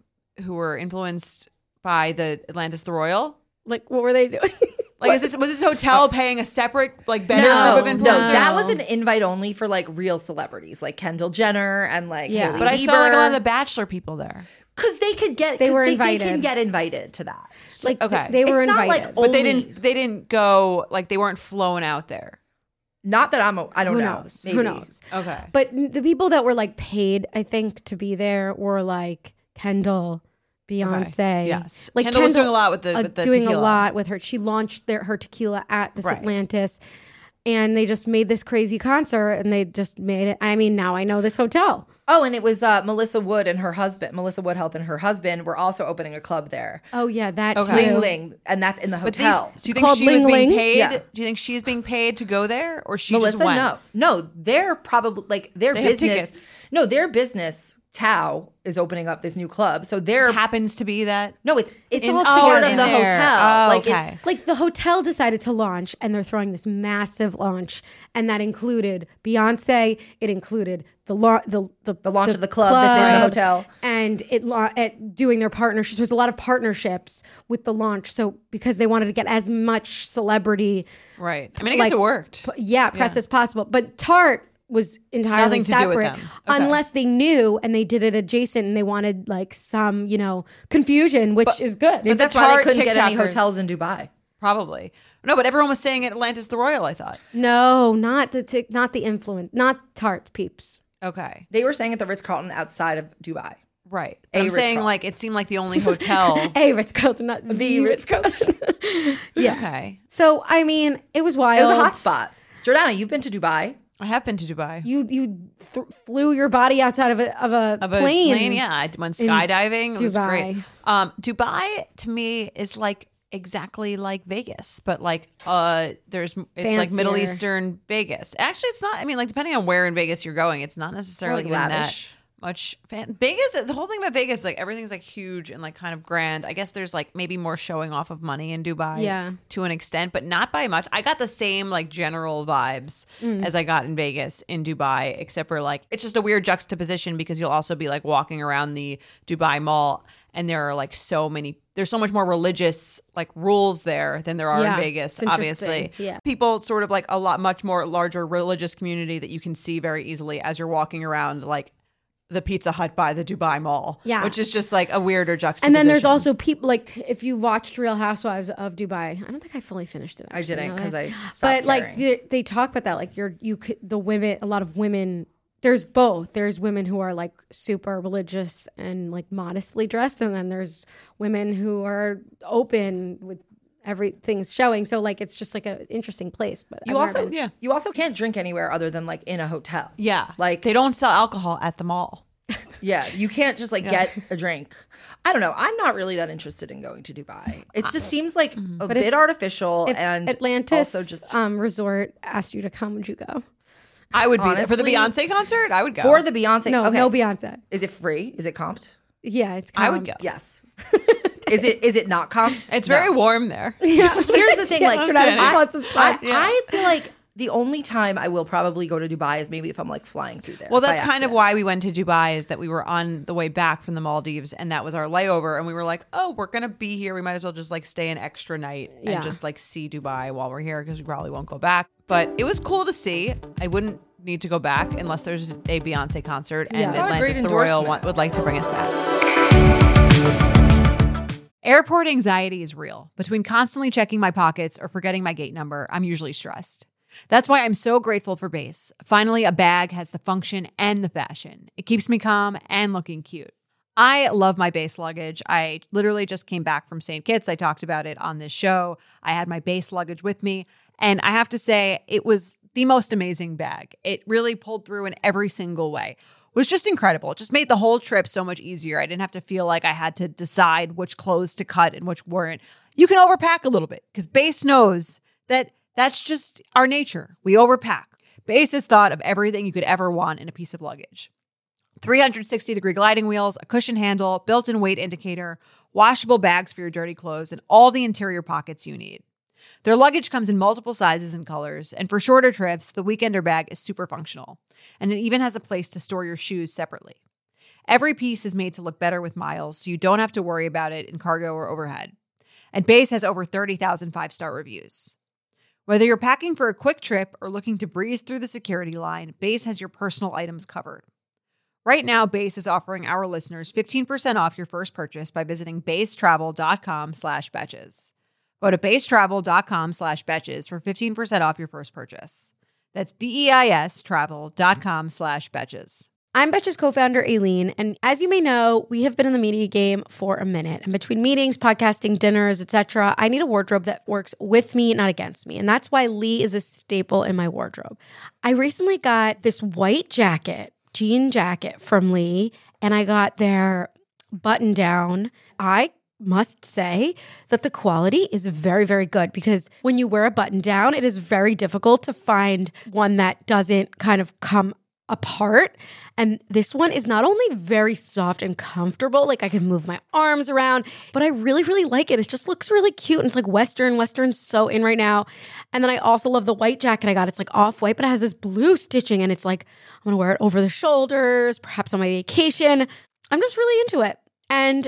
Speaker 3: who were influenced by the Atlantis the Royal?
Speaker 1: like what were they doing?
Speaker 3: Like, is this was this hotel paying a separate like better
Speaker 1: No,
Speaker 3: group of influencers?
Speaker 4: no, that was an invite only for like real celebrities, like Kendall Jenner and like
Speaker 1: Yeah.
Speaker 4: Hailey
Speaker 3: But I saw like a lot of
Speaker 4: Bieber.
Speaker 3: the Bachelor people there.
Speaker 4: because they could get
Speaker 1: They
Speaker 4: 'cause
Speaker 1: were
Speaker 4: They
Speaker 1: invited.
Speaker 4: can get invited to that.
Speaker 1: like
Speaker 3: okay.
Speaker 1: they were
Speaker 4: It's not like
Speaker 1: invited.
Speaker 4: old-
Speaker 3: But they
Speaker 4: Only-
Speaker 3: didn't. They didn't go. Like they weren't flown out there.
Speaker 4: Not that I'm. A, I don't
Speaker 1: Who
Speaker 4: know.
Speaker 1: knows?
Speaker 4: Maybe.
Speaker 1: Who knows?
Speaker 3: Okay.
Speaker 1: But n- the people that were like paid, I think, to be there were like Kendall, Beyonce.
Speaker 3: Yes.
Speaker 1: like uh,
Speaker 3: Kendall was doing a lot with the- with the
Speaker 1: doing a
Speaker 3: tequila.
Speaker 1: lot with her. She launched their her tequila at this Atlantis. And they just made this crazy concert, and they just made it. I mean, now I know this hotel.
Speaker 4: Oh, and it was uh, Melissa Wood and her husband, Melissa Woodhealth and her husband were also opening a club there.
Speaker 1: Oh yeah, that
Speaker 3: Okay.
Speaker 1: too.
Speaker 4: Ling Ling, and that's in the
Speaker 3: But these,
Speaker 4: hotel.
Speaker 3: do you think
Speaker 1: called
Speaker 3: she was
Speaker 1: Ling
Speaker 3: being
Speaker 1: Ling.
Speaker 3: paid?
Speaker 4: Yeah.
Speaker 3: Do you think she's being paid to go there, or she
Speaker 4: Melissa,
Speaker 3: just went?
Speaker 4: no, no, they're probably like their
Speaker 3: They have
Speaker 4: business.
Speaker 3: tickets.
Speaker 4: No, their business Tao is opening up this new club. So they're
Speaker 3: happens to be that.
Speaker 4: no, it's it's
Speaker 1: In-
Speaker 4: all
Speaker 1: oh,
Speaker 4: part
Speaker 1: in
Speaker 4: of the
Speaker 3: there.
Speaker 4: hotel.
Speaker 3: Oh,
Speaker 4: like
Speaker 3: okay.
Speaker 4: it's
Speaker 1: Like the hotel decided to launch and they're throwing this massive launch and that included Beyonce, it included the la- the, the
Speaker 4: The launch of the club that's in the hotel.
Speaker 1: and it la- at doing their partnerships. There's a lot of partnerships with the launch so because they wanted to get as much celebrity
Speaker 3: Right. I mean, I guess
Speaker 1: Like,
Speaker 3: it worked.
Speaker 1: yeah, press as possible. But Tarte was entirely
Speaker 3: Nothing to do with
Speaker 1: separate
Speaker 3: them. Okay.
Speaker 1: unless they knew and they did it adjacent and they wanted like some, you know, confusion, which is good.
Speaker 3: But
Speaker 4: that's
Speaker 3: the
Speaker 4: why they
Speaker 3: tart
Speaker 4: couldn't get any
Speaker 3: TikTokers-
Speaker 4: hotels in Dubai.
Speaker 3: Probably. No, but everyone was staying at Atlantis the Royal, I thought.
Speaker 1: no, not the tic- not the influence, not Tarte peeps.
Speaker 3: Okay.
Speaker 4: They were staying at the Ritz Carlton outside of Dubai.
Speaker 3: Right. But I'm
Speaker 4: Ritz
Speaker 3: saying
Speaker 4: Carlton.
Speaker 3: like it seemed like the only hotel.
Speaker 1: A Ritz Carlton, not the Ritz Carlton. yeah.
Speaker 3: okay.
Speaker 1: So I mean, it was wild.
Speaker 4: It was a hot spot. Jordana, you've been to Dubai.
Speaker 3: I have been to Dubai.
Speaker 1: You you th- flew your body outside of a of a,
Speaker 3: Of a
Speaker 1: plane.
Speaker 3: Yeah, I went skydiving. It was great.
Speaker 1: Dubai.
Speaker 3: Um, Dubai to me is like exactly like Vegas, but like uh, there's it's like Middle
Speaker 1: Fancier.
Speaker 3: Eastern Vegas. Actually, it's not. I mean, like depending on where in Vegas you're going, it's not necessarily
Speaker 4: like,
Speaker 3: even that
Speaker 4: lavish.
Speaker 3: much. Fan- Vegas, the whole thing about Vegas, like everything's like huge and like kind of grand. I guess there's like maybe more showing off of money in Dubai,
Speaker 1: Yeah.
Speaker 3: to an extent, but not by much. I got the same like general vibes
Speaker 1: Mm.
Speaker 3: as I got in Vegas in Dubai, except for like it's just a weird juxtaposition because you'll also be like walking around the Dubai Mall and there are like so many there's so much more religious like rules there than there are
Speaker 1: Yeah,
Speaker 3: in Vegas,
Speaker 1: it's interesting.
Speaker 3: obviously.
Speaker 1: Yeah.
Speaker 3: People sort of like a lot much more larger religious community that you can see very easily as you're walking around like the Pizza Hut by the Dubai Mall.
Speaker 1: Yeah.
Speaker 3: Which is just like a weirder
Speaker 1: And
Speaker 3: juxtaposition.
Speaker 1: then there's also people like if you watched Real Housewives of Dubai, I don't think I fully finished it.
Speaker 4: I
Speaker 1: actually,
Speaker 4: didn't
Speaker 1: now that
Speaker 4: 'cause I stopped
Speaker 1: but like
Speaker 4: caring.
Speaker 1: they, they talk about that, like you're you could the women, a lot of women. There's both. There's women who are like super religious and like modestly dressed, and then there's women who are open with everything's showing. So like it's just like an interesting place. But
Speaker 4: You
Speaker 1: I've never
Speaker 4: also
Speaker 1: been.
Speaker 3: yeah.
Speaker 4: you also can't drink anywhere other than like in a hotel.
Speaker 3: Yeah.
Speaker 4: Like
Speaker 3: they don't sell alcohol at the mall.
Speaker 4: Yeah, you can't just like get a drink. I don't know. I'm not really that interested in going to Dubai. It just seems like
Speaker 3: Mm-hmm.
Speaker 4: a bit artificial
Speaker 1: if
Speaker 4: and
Speaker 1: Atlantis
Speaker 4: also just
Speaker 1: um, resort asked you to come, would you go?
Speaker 3: I would be there for the
Speaker 4: Honestly,
Speaker 3: Beyonce concert. I would go
Speaker 4: for the Beyonce.
Speaker 1: No,
Speaker 4: okay.
Speaker 1: no Beyonce.
Speaker 4: Is it free? Is it comped?
Speaker 1: Yeah, it's.
Speaker 3: I would
Speaker 1: comped.
Speaker 3: go.
Speaker 4: Yes. is it is it not comped?
Speaker 3: It's very warm there.
Speaker 4: Here's the thing,
Speaker 1: Yeah,
Speaker 4: like
Speaker 1: I'm kidding. I just want some sun.
Speaker 4: I, I feel like the only time I will probably go to Dubai is maybe if I'm like flying through there.
Speaker 3: Well,
Speaker 4: by
Speaker 3: that's kind of
Speaker 4: accident.
Speaker 3: why we went to Dubai is that we were on the way back from the Maldives and that was our layover and we were like, "Oh, we're going to be here. We might as well just like stay an extra night
Speaker 1: Yeah.
Speaker 3: and just like see Dubai while we're here because we probably won't go back." But it was cool to see. I wouldn't need to go back unless there's a Beyonce concert and
Speaker 1: Yeah. It's
Speaker 4: not a
Speaker 3: Atlantis
Speaker 4: great
Speaker 3: the Royal
Speaker 4: endorsement.
Speaker 3: want, would like to bring us back. Airport anxiety is real. Between constantly checking my pockets or forgetting my gate number, I'm usually stressed. That's why I'm so grateful for Base. Finally, a bag has the function and the fashion. It keeps me calm and looking cute. I love my base luggage. I literally just came back from St. Kitts. I talked about it on this show. I had my base luggage with me. And I have to say, it was the most amazing bag. It really pulled through in every single way. It was just incredible. It just made the whole trip so much easier. I didn't have to feel like I had to decide which clothes to cut and which weren't. You can overpack a little bit because base knows that that's just our nature. We overpack. Base has thought of everything you could ever want in a piece of luggage. 360 degree gliding wheels, a cushion handle, built in weight indicator, washable bags for your dirty clothes, and all the interior pockets you need. Their luggage comes in multiple sizes and colors, and for shorter trips, the weekender bag is super functional, and it even has a place to store your shoes separately. Every piece is made to look better with miles, so you don't have to worry about it in cargo or overhead. And Base has over 30,000 five star reviews. Whether you're packing for a quick trip or looking to breeze through the security line, Base has your personal items covered. Right now, Base is offering our listeners 15% off your first purchase by visiting basetravel.com slash betches. Go to basetravel.com slash betches for 15% off your first purchase. That's B-E-I-S travel.com slash betches.
Speaker 1: I'm Betch's co founder, Aileen. And as you may know, we have been in the media game for a minute. And between meetings, podcasting, dinners, etc., I need a wardrobe that works with me, not against me. And that's why Lee is a staple in my wardrobe. I recently got this white jacket, jean jacket from Lee, and I got their button down. I must say that the quality is very, very good because when you wear a button down, it is very difficult to find one that doesn't kind of come apart. And this one is not only very soft and comfortable, like I can move my arms around, but I really, really like it. It just looks really cute. And it's like Western. Western's so in right now. And then I also love the white jacket I got. It's like off white, but it has this blue stitching. And it's like, I'm going to wear it over the shoulders, perhaps on my vacation. I'm just really into it. And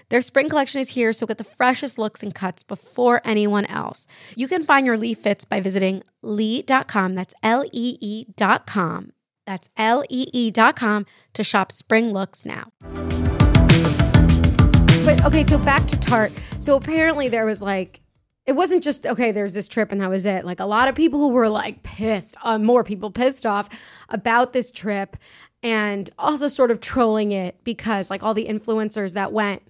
Speaker 1: Their spring collection is here, so get the freshest looks and cuts before anyone else. You can find your Lee fits by visiting lee.com. That's L E E dot com. That's L E E dot com to shop spring looks now. But okay, so back to Tarte. So apparently there was like it wasn't just okay, there's this trip and that was it. Like a lot of people who were like pissed, uh, more people pissed off about this trip and also sort of trolling it because like all the influencers that went,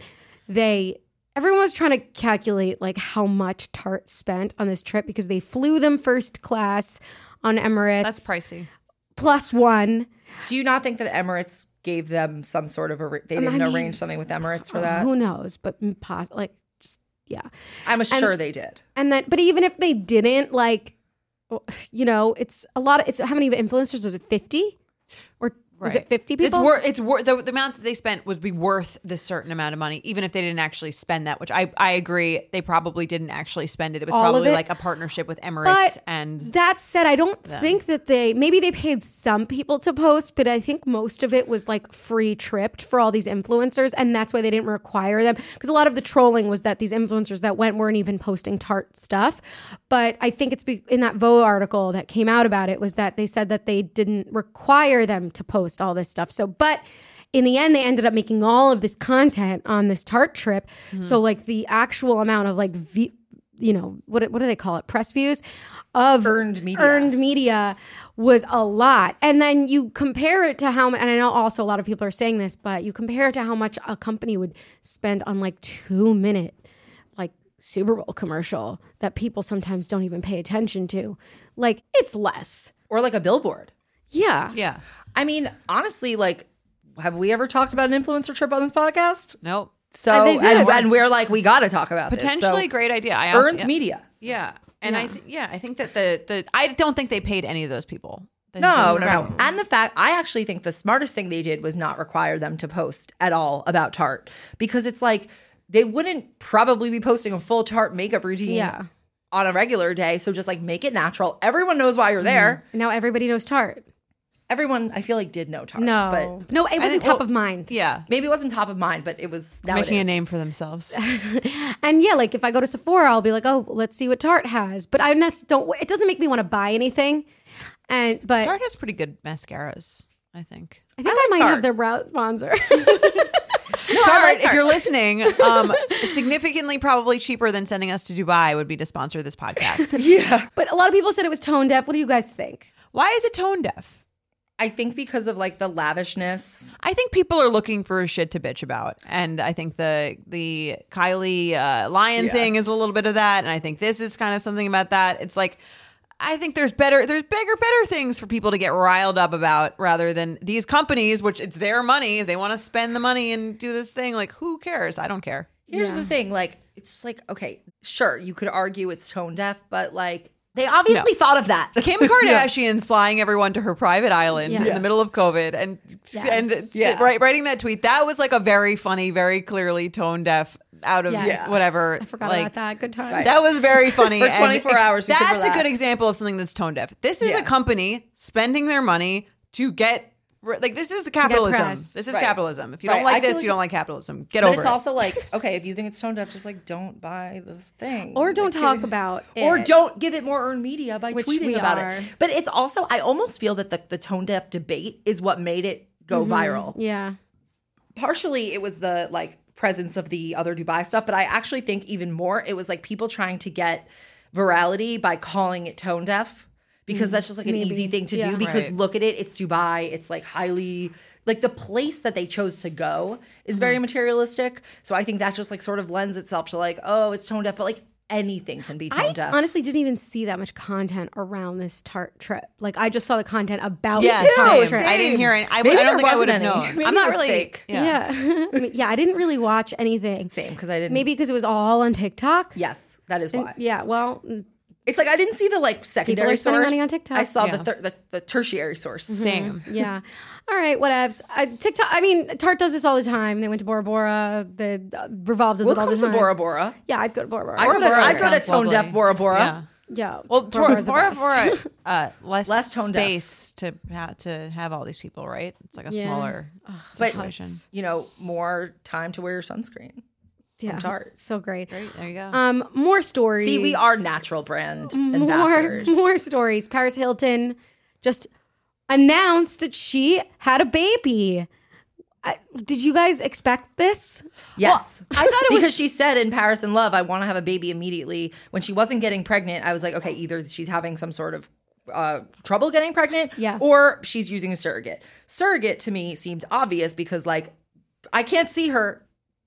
Speaker 1: they everyone was trying to calculate like how much Tarte spent on this trip because they flew them first class on Emirates.
Speaker 3: That's pricey.
Speaker 1: Plus one.
Speaker 4: Do you not think that Emirates gave them some sort of a? They
Speaker 1: Um, I
Speaker 4: didn't
Speaker 1: mean-
Speaker 4: arrange something with Emirates for that.
Speaker 1: Who knows? But mm, pos- like just yeah.
Speaker 4: I'm sure they did.
Speaker 1: and that but even if they didn't like you know it's a lot of it's how many influencers was it 50 or was
Speaker 3: Right.
Speaker 1: it 50 people
Speaker 3: It's worth. It's worth the, the amount that they spent would be worth the certain amount of money, even if they didn't actually spend that. Which I I agree, they probably didn't actually spend it. It was
Speaker 1: All of
Speaker 3: probably
Speaker 1: it.
Speaker 3: like a partnership with Emirates
Speaker 1: but
Speaker 3: and
Speaker 1: that said i don't think that they maybe they paid some people to post but i think most of it was like free tripped for all these influencers and that's why they didn't require them because a lot of the trolling was that these influencers that went weren't even posting tart stuff but i think it's be- in that vogue article that came out about it was that they said that they didn't require them to post all this stuff so but in the end they ended up making all of this content on this tart trip so like the actual amount of like v- you know what what do they call it press views of
Speaker 4: Earned media.
Speaker 1: earned media was a lot and then you compare it to how mu- and I know also a lot of people are saying this but you compare it to how much a company would spend on like 2 minute like Super Bowl commercial that people sometimes don't even pay attention to like it's less
Speaker 4: Or like a billboard.
Speaker 1: yeah
Speaker 3: yeah.
Speaker 4: I mean, honestly, like, have we ever talked about an influencer trip on this podcast?
Speaker 3: No,
Speaker 4: So,
Speaker 1: Uh, they
Speaker 4: and,
Speaker 1: did.
Speaker 4: and we're like, we got to talk about this. So,
Speaker 3: potentially great idea. I
Speaker 4: earned
Speaker 3: honestly-
Speaker 4: media.
Speaker 3: Yeah, and I th- yeah I think that the the I don't think they paid any of those people. I think
Speaker 4: No,
Speaker 3: it was
Speaker 4: no,
Speaker 3: about-
Speaker 4: no. And the fact, I actually think the smartest thing they did was not require them to post at all about Tarte because it's like they wouldn't probably be posting a full Tarte makeup routine
Speaker 1: Yeah.
Speaker 4: on a regular day. So just like make it natural. Everyone knows why you're there.
Speaker 1: now everybody knows Tarte
Speaker 4: Everyone, I feel like, did know Tarte.
Speaker 1: no
Speaker 4: But
Speaker 1: no it wasn't
Speaker 3: think-
Speaker 1: top
Speaker 3: well,
Speaker 1: of mind
Speaker 3: Yeah,
Speaker 4: maybe it wasn't top of mind, but it was now it
Speaker 3: making a
Speaker 4: is.
Speaker 3: name for themselves.
Speaker 1: And yeah, like if I go to Sephora, I'll be like, oh, let's see what Tarte has. But I nes- don't. It doesn't make me want to buy anything. And but
Speaker 3: Tarte has pretty good mascaras, I think.
Speaker 1: I think I, might have the route sponsor.
Speaker 3: Tarte, if you're listening, um, significantly probably cheaper than sending us to Dubai would be to sponsor this podcast.
Speaker 1: but a lot of people said it was tone deaf. What do you guys think?
Speaker 3: Why is it tone deaf?
Speaker 4: I think because of like the lavishness.
Speaker 3: I think people are looking for shit to bitch about, and I think the the Kylie uh, lion thing is a little bit of that, and I think this is kind of something about that. It's like I think there's better, there's bigger, better things for people to get riled up about rather than these companies, which it's their money. If they want to spend the money and do this thing, like who cares? I don't care.
Speaker 4: Here's the thing, like it's just like okay, sure, you could argue it's tone deaf, but like they obviously thought of that.
Speaker 3: Kim Kardashian's flying everyone to her private island
Speaker 1: Yeah.
Speaker 3: in the middle of COVID, and and yeah. right, writing that tweet that was like a very funny, very clearly tone deaf out of
Speaker 1: Yes.
Speaker 3: whatever.
Speaker 1: I forgot
Speaker 3: like,
Speaker 1: about that. Good times.
Speaker 3: That was very funny.
Speaker 4: For
Speaker 3: and
Speaker 4: 24
Speaker 3: ex-
Speaker 4: hours, we could
Speaker 3: That's a
Speaker 4: relax.
Speaker 3: good example of something that's tone deaf. This is
Speaker 4: Yeah.
Speaker 3: a company spending their money to get like this is capitalism.
Speaker 1: press.
Speaker 3: This is
Speaker 4: Right.
Speaker 3: capitalism. If you
Speaker 4: Right.
Speaker 3: don't
Speaker 4: I
Speaker 3: like
Speaker 4: feel
Speaker 3: this,
Speaker 4: like
Speaker 3: you don't
Speaker 4: it's-
Speaker 3: like capitalism. Get
Speaker 4: But
Speaker 3: over
Speaker 4: it's
Speaker 3: it.
Speaker 4: also like okay, if you think it's tone deaf, just like don't buy this thing,
Speaker 1: Or don't
Speaker 4: Like, give
Speaker 1: talk
Speaker 4: it-
Speaker 1: about it.
Speaker 4: or don't give it more earned media by
Speaker 1: Which we
Speaker 4: tweeting about
Speaker 1: are.
Speaker 4: it. But it's also I almost feel that the, the tone deaf debate is what made it go
Speaker 1: Mm-hmm.
Speaker 4: viral.
Speaker 1: Yeah.
Speaker 4: partially it was the like presence of the other Dubai stuff, but I actually think even more it was like people trying to get virality by calling it tone deaf because that's just like an easy thing to
Speaker 1: Yeah.
Speaker 4: do because
Speaker 3: Right.
Speaker 4: look at it it's dubai it's like highly like the place that they chose to go is very materialistic. So I think that just like sort of lends itself to like, oh, it's tone deaf, but like anything can be tone
Speaker 1: I
Speaker 4: deaf.
Speaker 1: honestly didn't even see that much content around this tart trip. Like I just saw the content about
Speaker 3: Yeah,
Speaker 1: the tart
Speaker 3: same.
Speaker 1: trip.
Speaker 3: I didn't hear any. I, I
Speaker 4: Maybe
Speaker 3: don't
Speaker 4: there
Speaker 3: think I would have
Speaker 4: wasn't
Speaker 3: known.
Speaker 4: any. Maybe
Speaker 3: I'm
Speaker 4: it
Speaker 3: not
Speaker 4: was
Speaker 3: really.
Speaker 4: fake.
Speaker 3: Yeah.
Speaker 1: Yeah. I mean, yeah, I didn't really watch anything.
Speaker 4: Same because I didn't.
Speaker 1: Maybe because it was all on TikTok.
Speaker 4: yes, that is why.
Speaker 1: Yeah, well,
Speaker 4: It's like I didn't see the like secondary
Speaker 1: are spending
Speaker 4: source.
Speaker 1: money on TikTok. Mm-hmm.
Speaker 4: I saw the, thir- the the tertiary source.
Speaker 3: Same.
Speaker 1: yeah. All right, whatevs. I, TikTok, I mean, Tart does this all the time. They went to Bora Bora. The uh, Revolve does
Speaker 4: We'll
Speaker 1: it all
Speaker 4: come
Speaker 1: the
Speaker 4: to
Speaker 1: time.
Speaker 4: Bora Bora.
Speaker 1: Yeah, I'd go to Bora Bora.
Speaker 4: I go to,
Speaker 3: Bora
Speaker 4: I go to
Speaker 3: sounds
Speaker 4: tone
Speaker 3: lovely.
Speaker 4: deaf Bora Bora.
Speaker 3: Yeah.
Speaker 1: yeah.
Speaker 3: Well, Bora
Speaker 1: Bora's the
Speaker 3: Bora,
Speaker 1: best.
Speaker 3: uh, less
Speaker 4: Less tone deaf.
Speaker 3: space to ha- to have all these people, right? It's like a
Speaker 1: Yeah.
Speaker 3: smaller
Speaker 4: But
Speaker 3: situation.
Speaker 4: you know, more time to wear your sunscreen.
Speaker 1: yeah.
Speaker 4: Tarte.
Speaker 1: So great.
Speaker 3: Right, there you go.
Speaker 1: Um, more stories.
Speaker 4: See, we are natural brand
Speaker 1: more
Speaker 4: ambassadors.
Speaker 1: more stories. Paris Hilton just announced that she had a baby. I, did you guys expect this?
Speaker 4: Yes.
Speaker 3: I thought it was-
Speaker 4: because she said in Paris in Love, I want to have a baby immediately. When she wasn't getting pregnant, I was like, okay, either she's having some sort of uh, trouble getting pregnant,
Speaker 1: Yeah.
Speaker 4: or she's using a surrogate. Surrogate to me seemed obvious because, like, I can't see her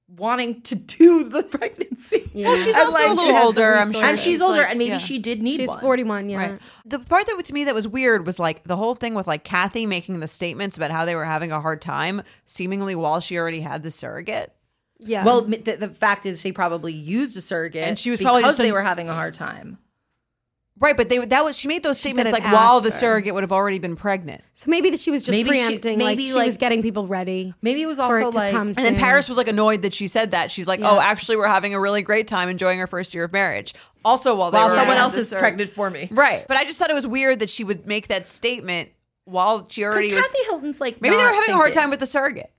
Speaker 4: wanting to do the pregnancy.
Speaker 1: Well, she's
Speaker 3: She's
Speaker 4: And,
Speaker 3: also
Speaker 4: like,
Speaker 3: a
Speaker 4: she
Speaker 3: little
Speaker 4: has the
Speaker 3: older. I'm sure,
Speaker 1: resources.
Speaker 4: And she's
Speaker 3: It's
Speaker 4: older,
Speaker 3: like-
Speaker 4: and maybe
Speaker 3: yeah.
Speaker 4: she did need
Speaker 1: She's
Speaker 4: one.
Speaker 1: forty-one. Yeah.
Speaker 3: Right. The part that to me that was weird was like the whole thing with like Kathy making the statements about how they were having a hard time, seemingly while she already had the surrogate.
Speaker 1: Yeah.
Speaker 4: Well, m- the, the fact is, she probably used a surrogate,
Speaker 3: And she was probably
Speaker 4: because
Speaker 3: just
Speaker 4: they
Speaker 3: in-
Speaker 4: were having a hard time.
Speaker 3: Right, but they that was she made those
Speaker 1: She said
Speaker 3: statements
Speaker 1: it
Speaker 3: like while the
Speaker 1: after.
Speaker 3: surrogate would have already been pregnant.
Speaker 1: so maybe that she was just
Speaker 4: Maybe she-
Speaker 1: preempting. like
Speaker 4: maybe,
Speaker 1: she
Speaker 4: like-
Speaker 1: was getting people ready.
Speaker 4: Maybe it was
Speaker 1: For
Speaker 4: also
Speaker 1: it to
Speaker 4: like
Speaker 1: come
Speaker 3: And then
Speaker 1: soon.
Speaker 3: Paris was like annoyed that she said that. She's like,
Speaker 1: Yeah.
Speaker 3: "Oh, actually, we're having a really great time enjoying our first year of marriage." Also, while they
Speaker 4: while
Speaker 3: were
Speaker 4: someone
Speaker 3: having
Speaker 4: else
Speaker 3: the
Speaker 4: is
Speaker 3: sur-
Speaker 4: pregnant for me.
Speaker 3: right? But I just thought it was weird that she would make that statement while she
Speaker 4: Because
Speaker 3: already was.
Speaker 4: Kathy Hilton's like
Speaker 3: Maybe they were
Speaker 4: not
Speaker 3: having a hard
Speaker 4: thinking.
Speaker 3: time with the surrogate.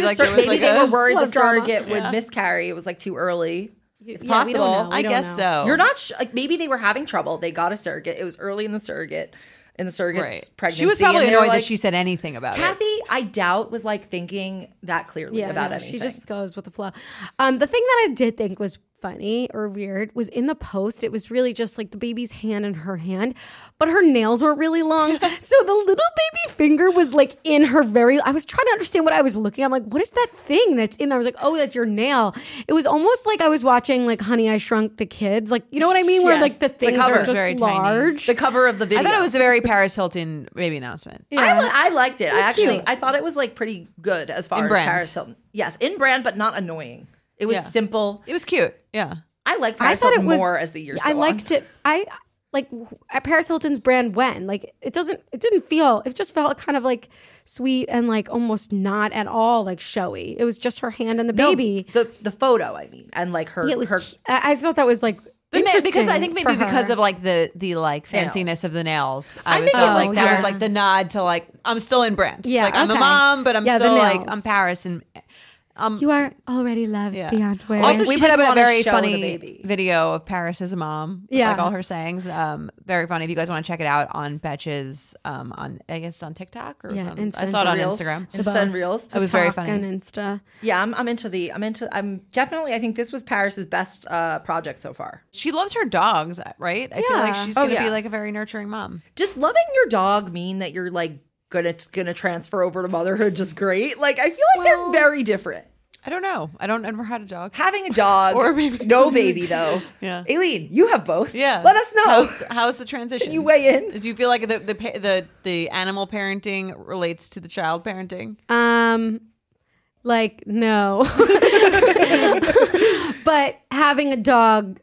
Speaker 3: Maybe,
Speaker 4: the
Speaker 3: like,
Speaker 4: sur-
Speaker 3: there was, like,
Speaker 4: maybe they
Speaker 3: a
Speaker 4: were worried
Speaker 1: slow
Speaker 4: the
Speaker 1: drama.
Speaker 4: surrogate would miscarry. It was like too early. It's
Speaker 1: yeah, we don't
Speaker 4: possible.
Speaker 1: know. We
Speaker 3: I
Speaker 1: don't
Speaker 3: guess
Speaker 1: know.
Speaker 3: so.
Speaker 4: You're not sh- like maybe they were having trouble. They got a surrogate. It was early in the surrogate, in the surrogate's pregnancy.
Speaker 3: She was probably
Speaker 4: and they were
Speaker 3: annoyed that
Speaker 4: like-
Speaker 3: she said anything about it.
Speaker 4: Kathy, I doubt, was like thinking that clearly
Speaker 1: Yeah, I
Speaker 4: about
Speaker 1: know.
Speaker 4: anything.
Speaker 1: She just goes with the flow. Um, the thing that I did think was funny or weird was in the post. It was really just like the baby's hand in her hand, but her nails were really long, so the little baby finger was like in her very. I was trying to understand what I was looking. I'm like, what is that thing that's in there? I was like, oh, that's your nail. It was almost like I was watching like Honey I Shrunk the Kids, like you know what I mean, where
Speaker 4: Yes.
Speaker 1: like the
Speaker 4: The
Speaker 1: things
Speaker 4: cover
Speaker 1: are
Speaker 4: is
Speaker 1: just
Speaker 3: very tiny.
Speaker 1: large.
Speaker 4: the cover of the video.
Speaker 3: I thought it was a very Paris Hilton baby announcement.
Speaker 4: I, li- I liked it. I
Speaker 1: was
Speaker 4: actually
Speaker 1: cute.
Speaker 4: I thought it was like pretty good as far
Speaker 3: In
Speaker 4: as
Speaker 3: brand.
Speaker 4: Paris Hilton. Yes, in brand, but not annoying. It was
Speaker 3: Yeah.
Speaker 4: simple.
Speaker 3: It was cute. Yeah.
Speaker 4: I like Paris Hilton more as the years.
Speaker 1: I
Speaker 4: go on.
Speaker 1: liked it. I like w- at Paris Hilton's brand when like it doesn't it didn't feel it just felt kind of like sweet and like almost not at all like showy. It was just her hand and the
Speaker 4: No,
Speaker 1: baby.
Speaker 4: the the photo. I mean, and like her
Speaker 1: it was.
Speaker 4: her
Speaker 1: cu- I I thought that was like
Speaker 3: The na-
Speaker 1: interesting
Speaker 3: because I think
Speaker 1: for
Speaker 3: maybe because
Speaker 1: her.
Speaker 3: of like the the like
Speaker 4: Nails.
Speaker 3: fanciness of the nails, I, was
Speaker 4: think it
Speaker 3: thought, like
Speaker 1: was
Speaker 3: that
Speaker 1: yeah.
Speaker 3: was like the nod to like I'm still in brand.
Speaker 1: Yeah,
Speaker 3: like I'm
Speaker 1: okay.
Speaker 3: a mom, but I'm
Speaker 1: Yeah, the
Speaker 3: still like
Speaker 1: nails.
Speaker 3: I'm Paris and um.
Speaker 1: you are already loved
Speaker 3: yeah.
Speaker 1: beyond where.
Speaker 3: Also,
Speaker 4: she
Speaker 3: we put up
Speaker 4: didn't
Speaker 3: a
Speaker 4: wanna
Speaker 3: very
Speaker 4: show the
Speaker 3: funny
Speaker 4: baby.
Speaker 3: video of Paris as a mom. with,
Speaker 1: Yeah.
Speaker 3: like all her sayings. Um, very funny. If you guys want to check it out on Betches, um, on I guess on TikTok or
Speaker 1: Yeah,
Speaker 3: on- I
Speaker 1: Insta
Speaker 3: saw it
Speaker 1: and
Speaker 3: on
Speaker 4: reels,
Speaker 3: Instagram.
Speaker 4: Insta and reels.
Speaker 3: It was very
Speaker 1: TikTok
Speaker 3: funny.
Speaker 1: and Insta.
Speaker 4: Yeah, I'm, I'm into the. I'm into. I'm definitely. I think this was Paris's best uh, project so far.
Speaker 3: She loves her dogs, right? I feel like
Speaker 1: Yeah.
Speaker 3: she's
Speaker 4: Oh,
Speaker 3: gonna
Speaker 4: yeah.
Speaker 3: be like a very nurturing mom.
Speaker 4: Just loving your dog mean that you're like gonna gonna transfer over to motherhood just great. Like I feel like
Speaker 1: Well-
Speaker 4: they're very different.
Speaker 3: I don't know. I don't ever had a dog.
Speaker 4: Having a dog
Speaker 3: Or maybe-
Speaker 4: no baby though.
Speaker 3: Yeah.
Speaker 4: Aileen, you have both.
Speaker 3: Yeah.
Speaker 4: let us know.
Speaker 3: How's, how's the transition?
Speaker 4: you weigh in?
Speaker 3: Do you feel like the the pa- the the animal parenting relates to the child parenting?
Speaker 1: Um, like no, but having a dog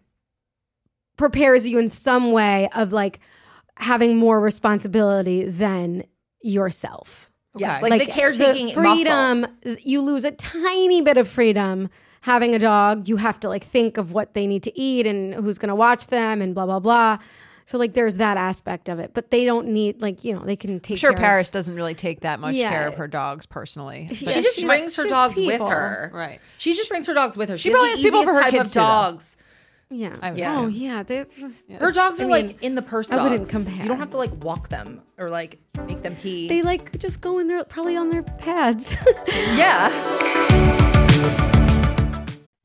Speaker 1: prepares you in some way of like having more responsibility than yourself.
Speaker 4: Yes,
Speaker 3: Okay.
Speaker 4: like, the caretaking
Speaker 1: the
Speaker 4: freedom.
Speaker 1: freedom, you lose a tiny bit of freedom having a dog. You have to like think of what they need to eat and who's going to watch them and blah blah blah. So like there's that aspect of it, but they don't need like you know they can take
Speaker 3: I'm sure
Speaker 1: care of-
Speaker 3: Paris doesn't really take that much
Speaker 1: Yeah.
Speaker 3: care of her dogs personally.
Speaker 1: She-
Speaker 3: but-
Speaker 4: She just
Speaker 1: she's-
Speaker 4: brings her
Speaker 1: she's
Speaker 4: dogs
Speaker 1: people.
Speaker 4: with her.
Speaker 3: Right.
Speaker 4: She just brings her dogs with her. She,
Speaker 3: probably
Speaker 4: has the
Speaker 3: has people for her
Speaker 4: easiest type
Speaker 3: kids,
Speaker 4: of
Speaker 3: too, though.
Speaker 4: dogs.
Speaker 1: Yeah.
Speaker 3: I would
Speaker 4: Yeah.
Speaker 1: Oh
Speaker 3: assume.
Speaker 1: yeah. There's,
Speaker 4: Her dogs are
Speaker 1: I mean,
Speaker 4: like in the purse.
Speaker 1: I wouldn't
Speaker 4: dogs.
Speaker 1: compare.
Speaker 4: You don't have to like walk them or like make them pee.
Speaker 1: They like just go in their probably on their pads.
Speaker 4: yeah.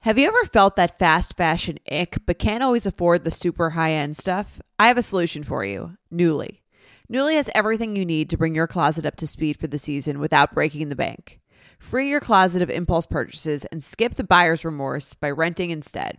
Speaker 3: Have you ever felt that fast fashion ick but can't always afford the super high end stuff? I have a solution for you Newly. Newly has everything you need to bring your closet up to speed for the season without breaking the bank. Free your closet of impulse purchases and skip the buyer's remorse by renting instead.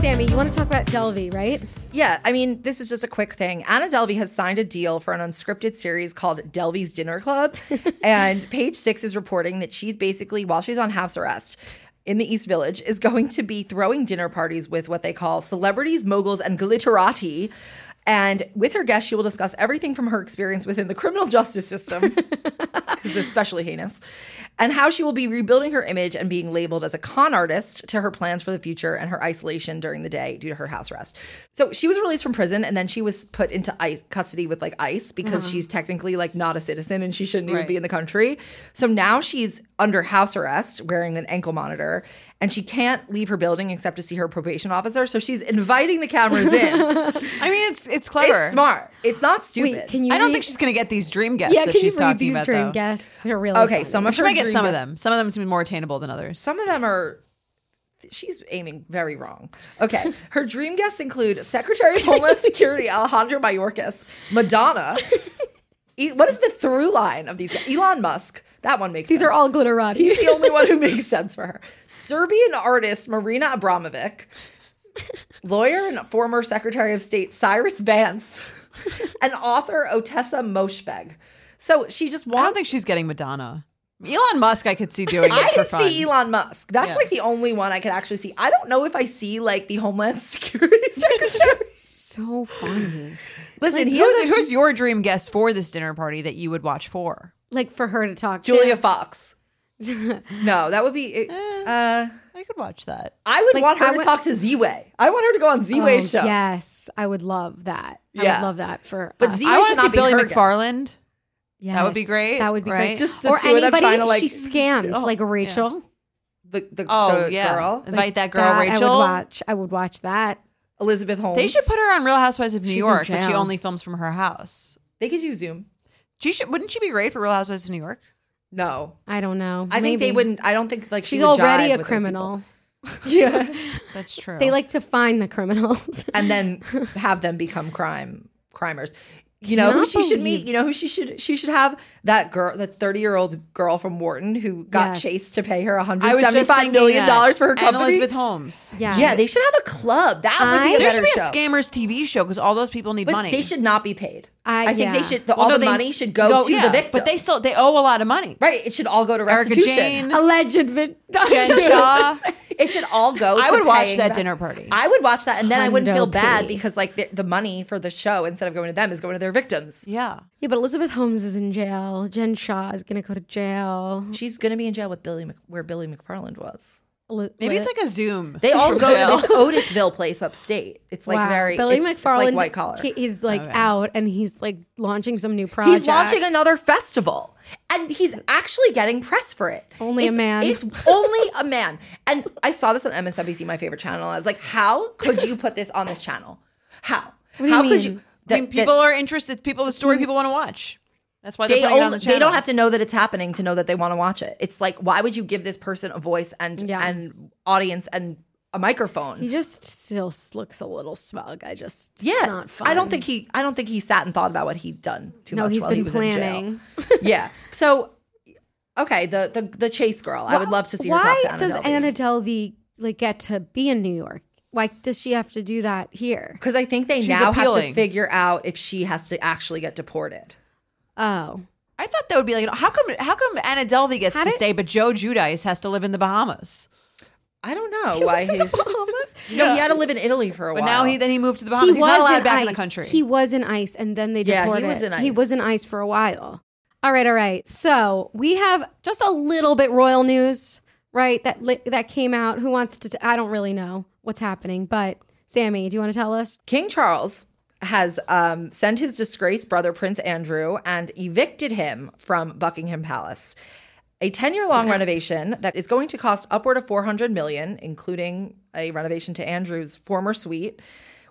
Speaker 1: Sammy, you want to talk about Delvey, right?
Speaker 4: Yeah, I mean, this is just a quick thing. Anna Delvey has signed a deal for an unscripted series called Delvey's Dinner Club. and Page Six is reporting that she's basically, while she's on house arrest in the East Village, is going to be throwing dinner parties with what they call celebrities, moguls, and glitterati. And with her guests, she will discuss everything from her experience within the criminal justice system, is especially heinous, and how she will be rebuilding her image and being labeled as a con artist to her plans for the future and her isolation during the day due to her house arrest. So she was released from prison and then she was put into ICE custody with like ICE
Speaker 3: Mm-hmm.
Speaker 4: because she's technically like not a citizen and she shouldn't even be in the country. So now she's under house arrest wearing an ankle monitor and she can't leave her building except to see her probation officer. So she's inviting the cameras in.
Speaker 3: I mean, it's it's clever.
Speaker 4: It's smart. It's not stupid.
Speaker 1: Wait, can you?
Speaker 3: I don't
Speaker 1: read-
Speaker 3: think she's going to get these dream guests
Speaker 1: Yeah,
Speaker 3: that
Speaker 1: can
Speaker 3: she's
Speaker 1: you read
Speaker 3: talking
Speaker 1: these
Speaker 3: about.
Speaker 1: dream
Speaker 3: though.
Speaker 1: guests? They're really
Speaker 4: okay,
Speaker 1: funny.
Speaker 4: some of
Speaker 3: She
Speaker 4: her
Speaker 3: might get
Speaker 4: dream
Speaker 3: some of
Speaker 4: guests-
Speaker 3: them. Some of them to be more attainable than others.
Speaker 4: Some of them are. She's aiming very wrong. Okay, her dream guests include Secretary of Homeland Security Alejandro Mayorkas, Madonna. E- what is the through line of these? guys? Elon Musk. That one makes.
Speaker 1: These
Speaker 4: sense.
Speaker 1: are all glitterati.
Speaker 4: He's the only one who makes sense for her. Serbian artist Marina Abramovic, lawyer and former Secretary of State Cyrus Vance, and author Otessa Moshfegh. So she just wants.
Speaker 3: I don't think she's getting Madonna. Elon Musk, I could see doing. It
Speaker 4: I
Speaker 3: for
Speaker 4: could
Speaker 3: fun.
Speaker 4: see Elon Musk. That's
Speaker 3: Yeah.
Speaker 4: like the only one I could actually see. I don't know if I see like the Homeland Security Secretary.
Speaker 1: so funny.
Speaker 4: Listen, he
Speaker 3: Who's,
Speaker 4: has a-
Speaker 3: who's your dream guest for this dinner party that you would watch for?
Speaker 1: Like for her to talk. to.
Speaker 4: Julia Fox. no, that would be. it- uh,
Speaker 3: I could watch that.
Speaker 4: I would
Speaker 1: Like,
Speaker 4: want her
Speaker 1: I
Speaker 4: to
Speaker 1: would-
Speaker 4: talk to Z Way. I want her to go on Z Way
Speaker 1: Oh,
Speaker 4: show.
Speaker 1: Yes, I would love that. I
Speaker 4: Yeah.
Speaker 1: would love that for.
Speaker 4: But
Speaker 1: us.
Speaker 4: Z-
Speaker 3: I
Speaker 4: should
Speaker 3: want to
Speaker 4: not
Speaker 3: see
Speaker 4: be
Speaker 3: Billy
Speaker 4: her guest.
Speaker 3: McFarland. that would be
Speaker 1: Yes,
Speaker 3: great,
Speaker 1: That would be
Speaker 3: right?
Speaker 1: great.
Speaker 4: Just the
Speaker 1: or
Speaker 4: two of them
Speaker 1: anybody
Speaker 4: trying to, like-
Speaker 1: she scammed,
Speaker 4: Oh,
Speaker 1: like Rachel.
Speaker 4: The, the,
Speaker 3: Oh
Speaker 4: the
Speaker 3: yeah,
Speaker 4: girl,
Speaker 3: invite that girl
Speaker 1: That
Speaker 3: Rachel.
Speaker 1: I would watch. I would watch that.
Speaker 4: Elizabeth Holmes.
Speaker 3: They should put her on Real Housewives of New
Speaker 1: She's in
Speaker 3: York, but she
Speaker 1: jail.
Speaker 3: only films from her house.
Speaker 4: They could do Zoom.
Speaker 3: She should, wouldn't she be great for Real Housewives of New York?
Speaker 4: No,
Speaker 1: I don't know.
Speaker 4: I think they
Speaker 1: Maybe.
Speaker 4: wouldn't. I don't think like she
Speaker 1: She's
Speaker 4: would jive
Speaker 1: already
Speaker 4: with
Speaker 1: a
Speaker 4: those
Speaker 1: criminal.
Speaker 4: people. Yeah,
Speaker 3: That's true.
Speaker 1: They like to find the criminals.
Speaker 4: and then have them become crime crimers. You know who
Speaker 1: Cannot
Speaker 4: she should meet.
Speaker 1: believe-
Speaker 4: You know who she should. She should have that girl, the thirty-year-old girl from Wharton who got
Speaker 1: Yes.
Speaker 4: chased to pay her one
Speaker 3: I
Speaker 4: hundred
Speaker 3: was just
Speaker 4: seventy-five
Speaker 3: thinking
Speaker 4: million
Speaker 3: that.
Speaker 4: dollars for her
Speaker 3: And
Speaker 4: company.
Speaker 3: Elizabeth Holmes.
Speaker 1: yeah.
Speaker 4: yeah, they should have a club. That would be
Speaker 1: I-
Speaker 4: a
Speaker 3: There
Speaker 4: better
Speaker 3: should be a
Speaker 4: show.
Speaker 3: scammers TV show because all those people need
Speaker 4: But
Speaker 3: money.
Speaker 4: They should not be paid.
Speaker 1: I-
Speaker 4: I, think
Speaker 1: yeah.
Speaker 4: they should. The,
Speaker 3: Well,
Speaker 4: all
Speaker 3: no,
Speaker 4: the
Speaker 3: they
Speaker 4: money should go, to
Speaker 3: yeah,
Speaker 4: the victim.
Speaker 3: But they still they owe a lot of money.
Speaker 4: right. It should all go to
Speaker 3: Erica
Speaker 4: restitution.
Speaker 3: Jane,
Speaker 1: alleged vin-
Speaker 3: Jen Shaw.
Speaker 4: It should all go.
Speaker 3: I
Speaker 4: to
Speaker 3: would watch
Speaker 4: paying
Speaker 3: that
Speaker 4: back-
Speaker 3: dinner party.
Speaker 4: I would watch that, and then I wouldn't
Speaker 1: Hundo
Speaker 4: feel bad
Speaker 1: P.
Speaker 4: because like the, the money for the show instead of going to them is going to their victims.
Speaker 3: yeah.
Speaker 1: Yeah, but Elizabeth Holmes is in jail. Jen Shaw is gonna go to jail.
Speaker 4: She's gonna be in jail with Billy Mc, where Billy McFarland was.
Speaker 1: Eli-
Speaker 3: Maybe it's
Speaker 1: with-
Speaker 3: like a Zoom.
Speaker 4: They all go to this Otisville place upstate. It's like
Speaker 1: Wow.
Speaker 4: very
Speaker 1: Billy
Speaker 4: it's,
Speaker 1: McFarland
Speaker 4: it's like white collar.
Speaker 1: ki- is like out and he's like launching some new project.
Speaker 4: He's launching another festival. And he's actually getting press for it.
Speaker 1: Only a
Speaker 4: It's-
Speaker 1: man.
Speaker 4: It's only a man. And I saw this on MSNBC, my favorite channel. I was like, how could you put this on this channel? How?
Speaker 1: do you
Speaker 4: how could
Speaker 1: mean?
Speaker 4: you?
Speaker 3: Mm-hmm. I mean, people are interested. People, the story people want to watch. That's why they're
Speaker 4: They
Speaker 3: putting it on
Speaker 4: only,
Speaker 3: the
Speaker 4: they
Speaker 3: channel.
Speaker 4: don't have to know that it's happening to know that they want to watch it. It's like why would you give this person a voice and
Speaker 1: Yeah.
Speaker 4: and audience and a microphone?
Speaker 1: He just still s- looks a little smug. I just it's
Speaker 4: yeah,
Speaker 1: not fun.
Speaker 4: I don't think he I don't think he sat and thought about what he'd done too
Speaker 1: No,
Speaker 4: much.
Speaker 1: he's
Speaker 4: while
Speaker 1: been
Speaker 4: he was In
Speaker 1: planning.
Speaker 4: jail. yeah. So okay, the the the chase girl. I would love to see her
Speaker 1: Why
Speaker 4: talk to
Speaker 1: does
Speaker 4: Anna
Speaker 1: Anna Delvey like get to be in New York? Why does she have to do that here?
Speaker 4: because I think they
Speaker 3: She's
Speaker 4: now have to
Speaker 3: appealing.
Speaker 4: figure out if she has to actually get deported.
Speaker 1: Oh,
Speaker 3: I thought that would be like, how come? How come Anna Delvey gets
Speaker 1: How
Speaker 3: to
Speaker 1: did-
Speaker 3: stay, but Joe Judice has to live in the Bahamas?
Speaker 4: I don't know why he's No, he had to live in Italy for a
Speaker 3: But now
Speaker 4: while.
Speaker 3: he then he moved to the Bahamas. He's not allowed back
Speaker 1: ice.
Speaker 3: in the country.
Speaker 1: He was in ice, and then they
Speaker 4: Yeah, he
Speaker 1: deported.
Speaker 4: was in
Speaker 1: He
Speaker 4: ICE.
Speaker 1: was in ice for a while. All right, all right. So we have just a little bit royal news, right? That li- that came out. Who wants to? T- I don't really know what's happening, but Sammy, do you want to tell us?
Speaker 4: King Charles has um, sent his disgraced brother, Prince Andrew, and evicted him from Buckingham Palace. A 10 year long renovation that is going to cost upward of 400 million, including a renovation to Andrew's former suite,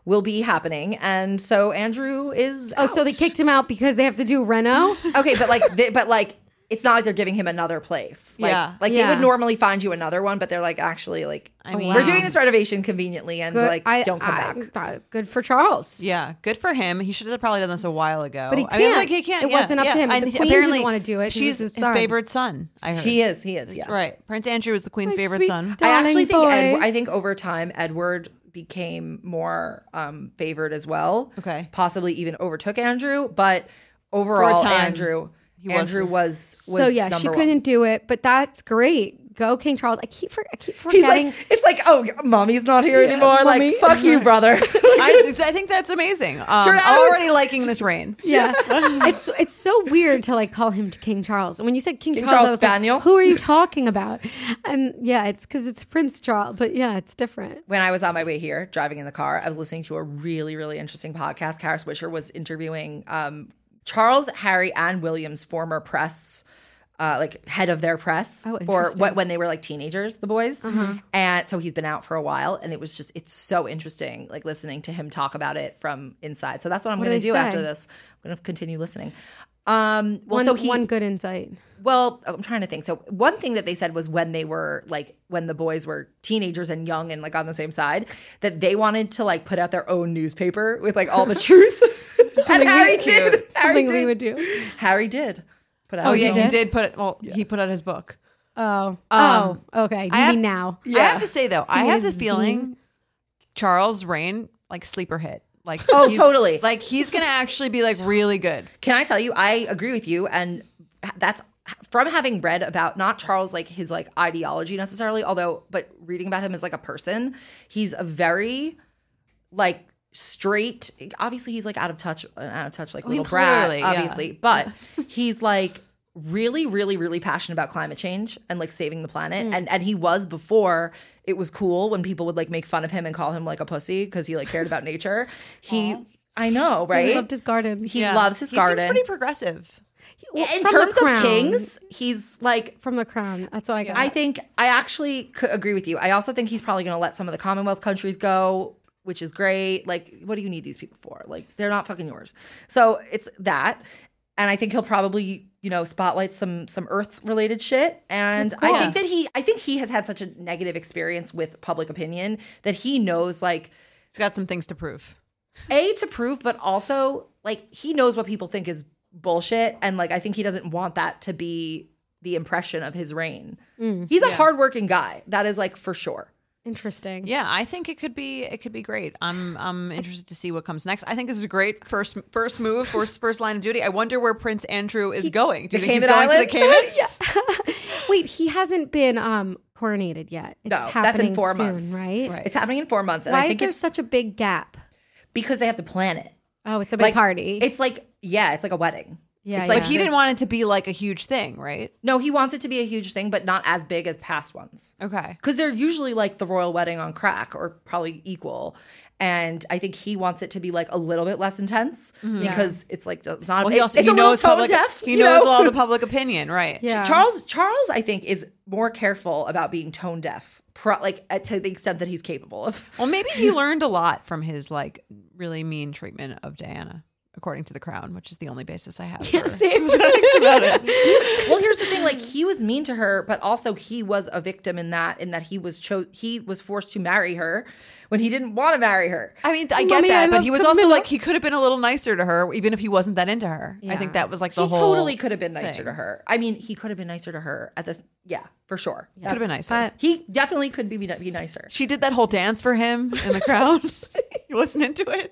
Speaker 4: will be happening. And so Andrew is.
Speaker 1: Oh, so they kicked him out because they have to do Reno.
Speaker 4: Okay, but like, they, but like, it's not like they're giving him another place. Like,
Speaker 3: Yeah.
Speaker 4: like
Speaker 1: Yeah.
Speaker 4: they would normally find you another one, but they're like, actually, like,
Speaker 3: mean-
Speaker 4: we're doing this renovation conveniently, and
Speaker 1: Good-
Speaker 4: like,
Speaker 1: I-
Speaker 4: don't come
Speaker 1: I-
Speaker 4: back.
Speaker 1: uh, good for Charles.
Speaker 3: yeah, good for him. He should have probably done this a while ago.
Speaker 1: But he
Speaker 3: I mean,
Speaker 1: can't.
Speaker 3: like, he can't.
Speaker 1: It
Speaker 3: yeah,
Speaker 1: wasn't up to
Speaker 3: yeah.
Speaker 1: him. The
Speaker 3: And he-
Speaker 1: queen didn't
Speaker 3: apparently
Speaker 1: wanna do it. He
Speaker 3: She's
Speaker 1: was his
Speaker 3: his,
Speaker 1: son.
Speaker 3: favorite son. I heard.
Speaker 4: He is. He is. Yeah.
Speaker 3: right. Prince Andrew is the queen's
Speaker 1: My
Speaker 3: favorite
Speaker 1: sweet
Speaker 3: son.
Speaker 1: darling
Speaker 4: I actually think
Speaker 1: boy.
Speaker 4: Ed, I think over time Edward became more um, favored as well.
Speaker 3: Okay.
Speaker 4: possibly even overtook Andrew, but overall
Speaker 3: time,
Speaker 4: Andrew
Speaker 3: was-
Speaker 4: Andrew was, was
Speaker 1: so yeah, she
Speaker 4: number one.
Speaker 1: couldn't do it, but that's great. Go King Charles. I keep for, I keep
Speaker 4: He's
Speaker 1: forgetting.
Speaker 4: like it's like oh mommy's not here anymore like fuck you brother.
Speaker 3: I, I think that's amazing. Um,
Speaker 4: out-
Speaker 3: I'm already liking this reign.
Speaker 1: yeah, it's it's so weird to like call him King Charles. And when you said King,
Speaker 4: King
Speaker 1: Charles,
Speaker 4: Charles
Speaker 1: I was like,
Speaker 4: Spaniel.
Speaker 1: who are you talking about? And yeah, it's because it's Prince Charles, but yeah, it's different.
Speaker 4: when I was on my way here driving in the car, I was listening to a really really interesting podcast. Kara Swisher was interviewing um, Charles, Harry, and William's former press. uh, like head of their press
Speaker 1: Oh,
Speaker 4: for
Speaker 1: interesting. Uh-huh.
Speaker 4: what when they were like teenagers, the boys. And so he's been out for a while, and it was just it's so interesting, like listening to him talk about it from inside. So that's what I'm
Speaker 1: What do
Speaker 4: going to
Speaker 1: they
Speaker 4: do after
Speaker 1: say?
Speaker 4: this. I'm going to continue listening. Um, well,
Speaker 1: one,
Speaker 4: so he
Speaker 1: one good insight.
Speaker 4: well, oh, I'm trying to think. So one thing that they said was when they were like when the boys were teenagers and young and like on the same side, that they wanted to like put out their own newspaper with like all the truth. and Harry did.
Speaker 1: Something
Speaker 4: Harry did.
Speaker 1: we would do.
Speaker 4: Harry did. Put out
Speaker 3: Oh
Speaker 4: his
Speaker 3: yeah,
Speaker 4: own-
Speaker 3: he did put it. Well, he put out his book.
Speaker 1: Oh,
Speaker 3: Um,
Speaker 1: oh, okay. You
Speaker 3: I have-
Speaker 1: mean now?
Speaker 3: I have to say though, I
Speaker 1: made
Speaker 3: have
Speaker 1: a
Speaker 3: the feeling Charles Rain like sleeper hit. Like
Speaker 4: Oh,
Speaker 3: he's-
Speaker 4: totally.
Speaker 3: Like he's gonna actually be like really good.
Speaker 4: Can I tell you? I agree with you, and that's from having read about not Charles like his like ideology necessarily, although but reading about him as like a person, he's a very like straight. Obviously, he's like out of touch, an out of touch like little brat,
Speaker 3: clearly, yeah.
Speaker 4: obviously, but he's like really really really passionate about climate change and like saving the planet and and he was before it was cool when people would like make fun of him and call him like a pussy because he like cared about nature he i know right
Speaker 1: He loved his gardens.
Speaker 4: he loves his garden
Speaker 3: He seems pretty progressive.
Speaker 1: Well,
Speaker 4: in
Speaker 1: from the
Speaker 4: terms of
Speaker 1: crown.
Speaker 4: kings, he's like.
Speaker 1: from the crown. That's what I got.
Speaker 4: I think I actually could agree with you. I also think he's probably going to let some of the Commonwealth countries go, which is great. Like, what do you need these people for? Like, they're not fucking yours. So it's that, and I think he'll probably, you know, spotlight some some Earth related shit. And I think that he, I think he has had such a negative experience with public opinion that he knows, like,
Speaker 3: He's got some things to prove.
Speaker 4: a to prove, but also like he knows what people think is bullshit, and like I think he doesn't want that to be the impression of his reign.
Speaker 1: Mm,
Speaker 4: He's a hardworking guy. That is like for sure.
Speaker 1: Interesting.
Speaker 3: Yeah, I think it could be it could be great. I'm I'm interested to see what comes next. I think this is a great first first move, first first line of duty. I wonder where Prince Andrew is going. Do you
Speaker 4: the
Speaker 3: think he's
Speaker 4: Cayman
Speaker 3: going to the
Speaker 4: Islands?
Speaker 3: Caymans?
Speaker 1: Wait, he hasn't been um coronated yet. It's
Speaker 4: No, that's
Speaker 1: happening
Speaker 4: in four
Speaker 1: soon,
Speaker 4: months,
Speaker 1: right?
Speaker 4: It's happening in four months, and
Speaker 1: Why
Speaker 4: I
Speaker 1: is
Speaker 4: think
Speaker 1: there
Speaker 4: it's
Speaker 1: such a big gap?
Speaker 4: because they have to plan it.
Speaker 1: Oh, it's a big
Speaker 4: Like
Speaker 1: party.
Speaker 4: It's like yeah, it's like a wedding.
Speaker 1: yeah,
Speaker 4: it's
Speaker 1: yeah.
Speaker 4: like
Speaker 3: He didn't want it to be like a huge thing, right?
Speaker 4: No, he wants it to be a huge thing, but not as big as past ones.
Speaker 3: Okay.
Speaker 4: because they're usually like the royal wedding on crack or probably equal and i think he wants it to be like a little bit less intense
Speaker 1: Mm-hmm.
Speaker 4: because it's like not
Speaker 3: Well, he
Speaker 4: it-
Speaker 3: also
Speaker 4: it's
Speaker 3: he
Speaker 4: a little
Speaker 3: knows
Speaker 4: tone
Speaker 3: public,
Speaker 4: deaf
Speaker 3: He
Speaker 4: you
Speaker 3: knows
Speaker 4: know?
Speaker 3: all the public opinion, right?
Speaker 1: Yeah.
Speaker 4: charles charles i think is more careful about being tone deaf pro- like uh, to the extent that he's capable of
Speaker 3: Well, maybe he learned a lot from his like really mean treatment of Diana. according to the Crown, which is the only basis I have. for-
Speaker 1: Same.
Speaker 4: well here's the thing like he was mean to her but also he was a victim in that in that he was cho- he was forced to marry her when he didn't want to marry her
Speaker 3: I mean, I get
Speaker 1: Mommy,
Speaker 3: that,
Speaker 1: I
Speaker 3: but
Speaker 1: love
Speaker 3: he was also
Speaker 1: Camilla.
Speaker 3: like he could have been a little nicer to her, even if he wasn't that into her. I think that was like the
Speaker 4: he
Speaker 3: whole.
Speaker 4: totally could have been nicer to her i mean he could have been nicer to her at this yeah for sure
Speaker 3: Could have been nicer.
Speaker 1: But
Speaker 4: he definitely could be, be nicer
Speaker 3: she did that whole dance for him in the crowd. he wasn't into it.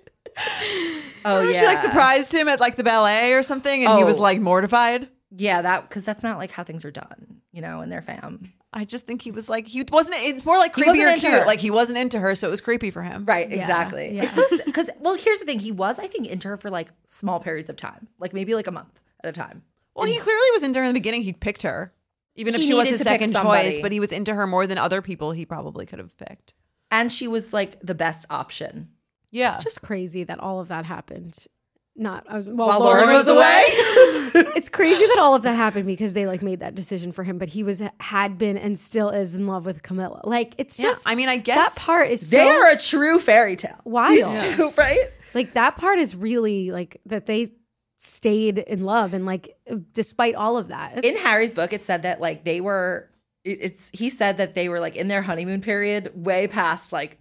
Speaker 4: oh yeah
Speaker 3: She like surprised him at like the ballet or something, and he was
Speaker 4: Oh.
Speaker 3: like mortified.
Speaker 4: yeah that because that's not like how things are done you know in their fam
Speaker 3: I just think he was like he wasn't. It's more like
Speaker 4: He
Speaker 3: creepy
Speaker 4: wasn't
Speaker 3: or
Speaker 4: into
Speaker 3: cute.
Speaker 4: her.
Speaker 3: Like he wasn't into her, so it was creepy for him.
Speaker 4: Right, exactly.
Speaker 1: yeah.
Speaker 4: It's so because well, here's the thing. He was, I think, into her for like small periods of time, like maybe like a month at a time.
Speaker 3: Well, he clearly was into her in the beginning. He picked her, even if
Speaker 4: He
Speaker 3: she was
Speaker 4: needed
Speaker 3: his
Speaker 4: to pick
Speaker 3: second choice.
Speaker 4: somebody.
Speaker 3: But he was into her more than other people he probably could have picked.
Speaker 4: And she was like the best option.
Speaker 3: Yeah,
Speaker 1: it's just crazy that all of that happened. Not uh, while,
Speaker 4: While
Speaker 1: Lauren, was away.
Speaker 4: away.
Speaker 1: It's crazy that all of that happened because they like made that decision for him, but he was had been and still is in love with Camilla. Like it's
Speaker 3: yeah.
Speaker 1: just
Speaker 3: I mean, I guess
Speaker 1: that part is so
Speaker 4: they are a true fairy tale.
Speaker 1: wild.
Speaker 4: right?
Speaker 1: Like that part is really like that they stayed in love and like despite all of that.
Speaker 4: In
Speaker 1: It's-
Speaker 4: Harry's book, it said that like they were it- it's he said that they were like in their honeymoon period way past like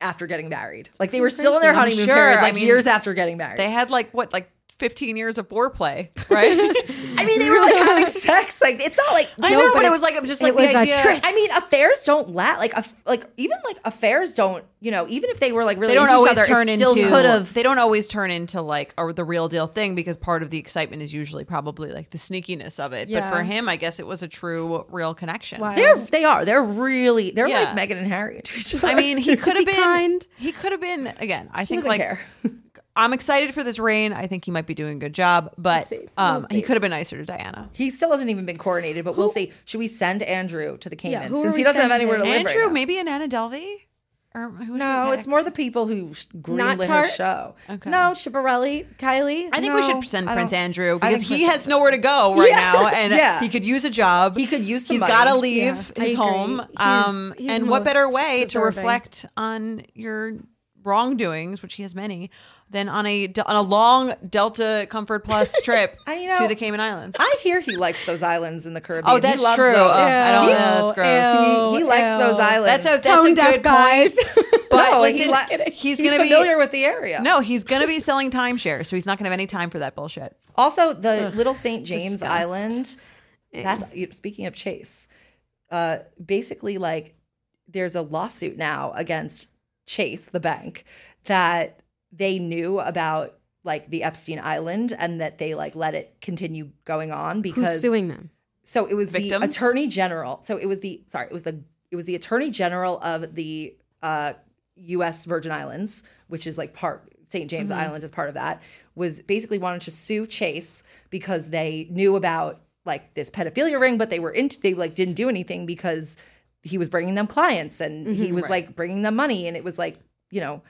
Speaker 4: after getting married. Like they were still in their
Speaker 3: crazy.
Speaker 4: honeymoon
Speaker 3: Sure,
Speaker 4: period,
Speaker 3: I
Speaker 4: like
Speaker 3: mean,
Speaker 4: years after getting married.
Speaker 3: they had like what like 15 years of foreplay right
Speaker 4: I mean, they were like having sex. Like it's not like
Speaker 3: I
Speaker 4: no,
Speaker 3: know, but it
Speaker 4: it's-
Speaker 3: was like I'm just
Speaker 1: it
Speaker 3: like
Speaker 1: was
Speaker 3: the
Speaker 1: a
Speaker 3: idea.
Speaker 1: tryst.
Speaker 4: I mean, affairs don't la like aff- like even like affairs don't you know even if they were like really
Speaker 3: they don't
Speaker 4: into
Speaker 3: always
Speaker 4: each other,
Speaker 3: turn
Speaker 4: it
Speaker 3: into
Speaker 4: still could have
Speaker 3: they don't always turn into like or the real deal thing because part of the excitement is usually probably like the sneakiness of it.
Speaker 1: Yeah.
Speaker 3: But for him, I guess it was a true real connection.
Speaker 1: Wow.
Speaker 4: they're they are they're really they're
Speaker 3: Yeah.
Speaker 4: like Megan and Harry to each other.
Speaker 3: I mean, he could
Speaker 1: he
Speaker 3: have been
Speaker 1: kind?
Speaker 3: he could have been again. I think
Speaker 4: doesn't
Speaker 3: like
Speaker 4: care.
Speaker 3: I'm excited for this rain. I think he might be doing a good job, but
Speaker 1: see.
Speaker 3: um,
Speaker 1: We'll
Speaker 3: he
Speaker 1: see.
Speaker 3: could have been nicer to Diana.
Speaker 4: he still hasn't even been coronated, but we'll see. Should we send Andrew to the Caymans
Speaker 1: who are
Speaker 4: since
Speaker 1: we
Speaker 4: he doesn't have
Speaker 1: sending?
Speaker 4: anywhere to live? right
Speaker 3: Andrew,
Speaker 4: now?
Speaker 3: maybe an Anna Delvey, or who
Speaker 4: No, it's more the people who sh-
Speaker 1: Not
Speaker 4: greenlit her
Speaker 1: Tart?
Speaker 4: show.
Speaker 3: Okay.
Speaker 4: No, sh-
Speaker 1: Chibarelli, Kylie.
Speaker 3: I think we
Speaker 4: No,
Speaker 3: should send
Speaker 4: I
Speaker 3: Prince
Speaker 4: don't-
Speaker 3: Andrew
Speaker 4: I
Speaker 3: because
Speaker 4: think
Speaker 3: he
Speaker 4: Prince
Speaker 3: has nowhere to go right now, and
Speaker 4: Yeah.
Speaker 3: he could use a job.
Speaker 4: He could use some
Speaker 3: He's
Speaker 4: money.
Speaker 3: got to
Speaker 1: Yeah,
Speaker 3: leave
Speaker 1: I
Speaker 3: his
Speaker 1: agree.
Speaker 3: home.
Speaker 1: He's-
Speaker 3: um,
Speaker 1: he's
Speaker 3: and what better
Speaker 1: most
Speaker 3: way
Speaker 1: deserving.
Speaker 3: to reflect on your wrongdoings, which he has many, than on a on a long Delta Comfort Plus trip
Speaker 4: I- you know,
Speaker 3: to the Cayman Islands?
Speaker 4: I hear he likes those islands in the Caribbean.
Speaker 3: oh,
Speaker 4: He
Speaker 3: that's
Speaker 4: loves
Speaker 3: true.
Speaker 4: those.
Speaker 3: Oh, I don't
Speaker 1: He's-
Speaker 3: know. That's gross.
Speaker 1: Ew,
Speaker 4: He, he likes
Speaker 1: ew.
Speaker 4: those
Speaker 3: That's
Speaker 4: islands.
Speaker 3: a that's a
Speaker 1: Tone deaf
Speaker 3: good
Speaker 1: guys.
Speaker 3: point. But
Speaker 4: No, he
Speaker 3: listen,
Speaker 4: li-
Speaker 3: he's,
Speaker 4: he's
Speaker 3: gonna be
Speaker 4: familiar with the area.
Speaker 3: No, he's gonna be selling timeshare, so he's not gonna have any time for that bullshit.
Speaker 4: Also, the little St. James
Speaker 1: disgust.
Speaker 4: Island. That's you know, speaking of Chase. Uh, basically, like there's a lawsuit now against Chase, the bank, that they knew about like the Epstein Island and that they like let it continue going on
Speaker 1: Who's
Speaker 4: because
Speaker 1: suing them?
Speaker 4: so it was the
Speaker 3: Victims?
Speaker 4: attorney general. So it was the sorry, it was the it was the attorney general of the uh, U.S. Virgin Islands, which is like part St. James Island is part of that. Was basically wanted to sue Chase because they knew about like this pedophilia ring, but they were into they like didn't do anything because he was bringing them clients and he was like bringing them money, and it was like you know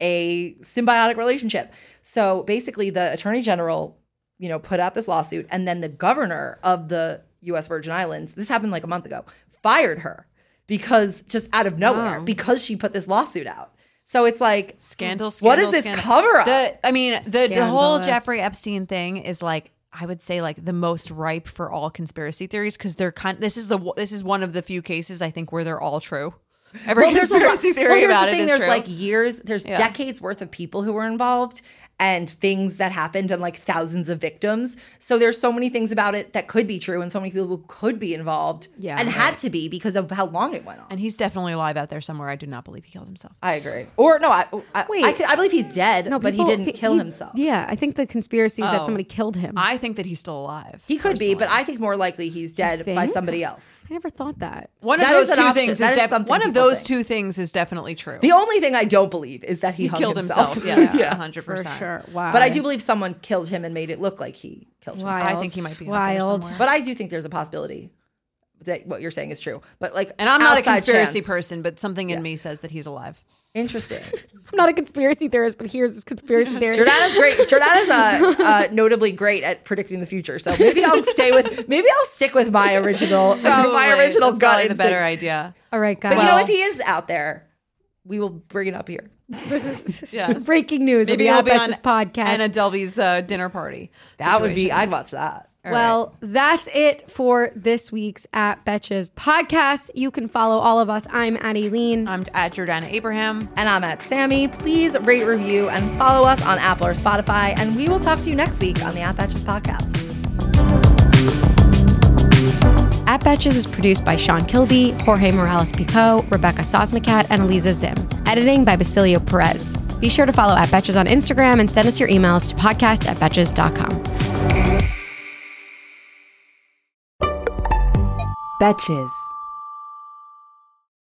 Speaker 4: a symbiotic relationship. So basically, the attorney general, you know, put out this lawsuit, and then the governor of the U.S. Virgin Islands, this happened like a month ago, fired her because just out of nowhere because she put this lawsuit out. So it's like
Speaker 3: Scandal,
Speaker 4: What is
Speaker 3: scandal,
Speaker 4: this
Speaker 3: scandal.
Speaker 4: cover up?
Speaker 3: The, I mean, the, the whole
Speaker 1: Scandalous.
Speaker 3: Jeffrey Epstein thing is like I would say like the most ripe for all conspiracy theories because they're kind. This is the this is one of the few cases I think where they're all true. Every
Speaker 4: there's a lot-
Speaker 3: conspiracy
Speaker 4: well,
Speaker 3: theory
Speaker 4: here's
Speaker 3: about
Speaker 4: the
Speaker 3: it
Speaker 4: thing,
Speaker 3: is
Speaker 4: there's
Speaker 3: true.
Speaker 4: like years, there's decades worth of people who were involved and things that happened and like thousands of victims. So there's so many things about it that could be true and so many people who could be involved
Speaker 1: Yeah,
Speaker 4: and had to be because of how long it went on.
Speaker 3: and he's definitely alive out there somewhere. I do not believe he killed himself.
Speaker 4: I agree. Or no, I I,
Speaker 1: Wait.
Speaker 4: I, could- I believe he's dead, but
Speaker 1: people-
Speaker 4: he didn't
Speaker 1: pe-
Speaker 4: kill
Speaker 1: he-
Speaker 4: himself.
Speaker 1: Yeah, I think the conspiracy is that
Speaker 3: Oh.
Speaker 1: somebody killed him. I,
Speaker 3: I think that he's still alive.
Speaker 4: He could be, but
Speaker 3: personally.
Speaker 4: I think more likely he's dead by
Speaker 1: think?
Speaker 4: somebody else.
Speaker 1: never thought that.
Speaker 3: one of
Speaker 4: that
Speaker 3: those
Speaker 4: is
Speaker 3: two
Speaker 4: an option.
Speaker 3: things is,
Speaker 4: That is
Speaker 3: def-
Speaker 4: something
Speaker 3: one of
Speaker 4: people
Speaker 3: those
Speaker 4: think.
Speaker 3: two things is definitely true.
Speaker 4: The only thing I don't believe is that he,
Speaker 3: he
Speaker 4: hung
Speaker 3: killed himself. Yes, yeah, hundred
Speaker 1: For
Speaker 3: percent.
Speaker 1: sure. Wow.
Speaker 4: But I do believe someone killed him and made it look like he killed himself.
Speaker 1: Wild.
Speaker 3: I think he might be out there
Speaker 1: wild.
Speaker 3: somewhere.
Speaker 4: But I do think there's a possibility that what you're saying is true. But like,
Speaker 3: And I'm not a
Speaker 4: outside
Speaker 3: conspiracy
Speaker 4: chance.
Speaker 3: person, but something in me says that he's alive.
Speaker 4: Interesting.
Speaker 1: I'm not a conspiracy theorist, but here's this conspiracy theory.
Speaker 4: Jordana's great. Jordana's uh, uh, notably great at predicting the future. So maybe I'll stay with. Maybe I'll stick with my original. my
Speaker 3: Probably.
Speaker 4: original
Speaker 3: That's
Speaker 4: gut
Speaker 3: probably the
Speaker 4: instinct.
Speaker 3: better idea.
Speaker 1: All right, guys.
Speaker 4: But you know,
Speaker 3: Well-
Speaker 4: if he is out there, we will bring it up here.
Speaker 3: Yes.
Speaker 1: Breaking news
Speaker 3: Maybe
Speaker 1: on
Speaker 3: I'll
Speaker 1: the
Speaker 3: be
Speaker 1: I
Speaker 3: on
Speaker 1: Betches podcast.
Speaker 3: Anna Delvey's uh, dinner party.
Speaker 4: That would be. I'd watch that.
Speaker 1: Well, that's it for this week's At Betches podcast. You can follow all of us. I'm at Eileen.
Speaker 3: I'm at Jordana Abraham.
Speaker 4: And I'm at Sammy. Please rate, review, and follow us on Apple or Spotify. And we will talk to you next week on the App Batches podcast.
Speaker 1: At Betches is produced by Sean Kilby, Jorge Morales Pico, Rebecca Sosmacat, and Eliza Zim. Editing by Basilio Perez. Be sure to follow At Betches on Instagram and send us your emails to podcast at Betches.com.
Speaker 7: Betches.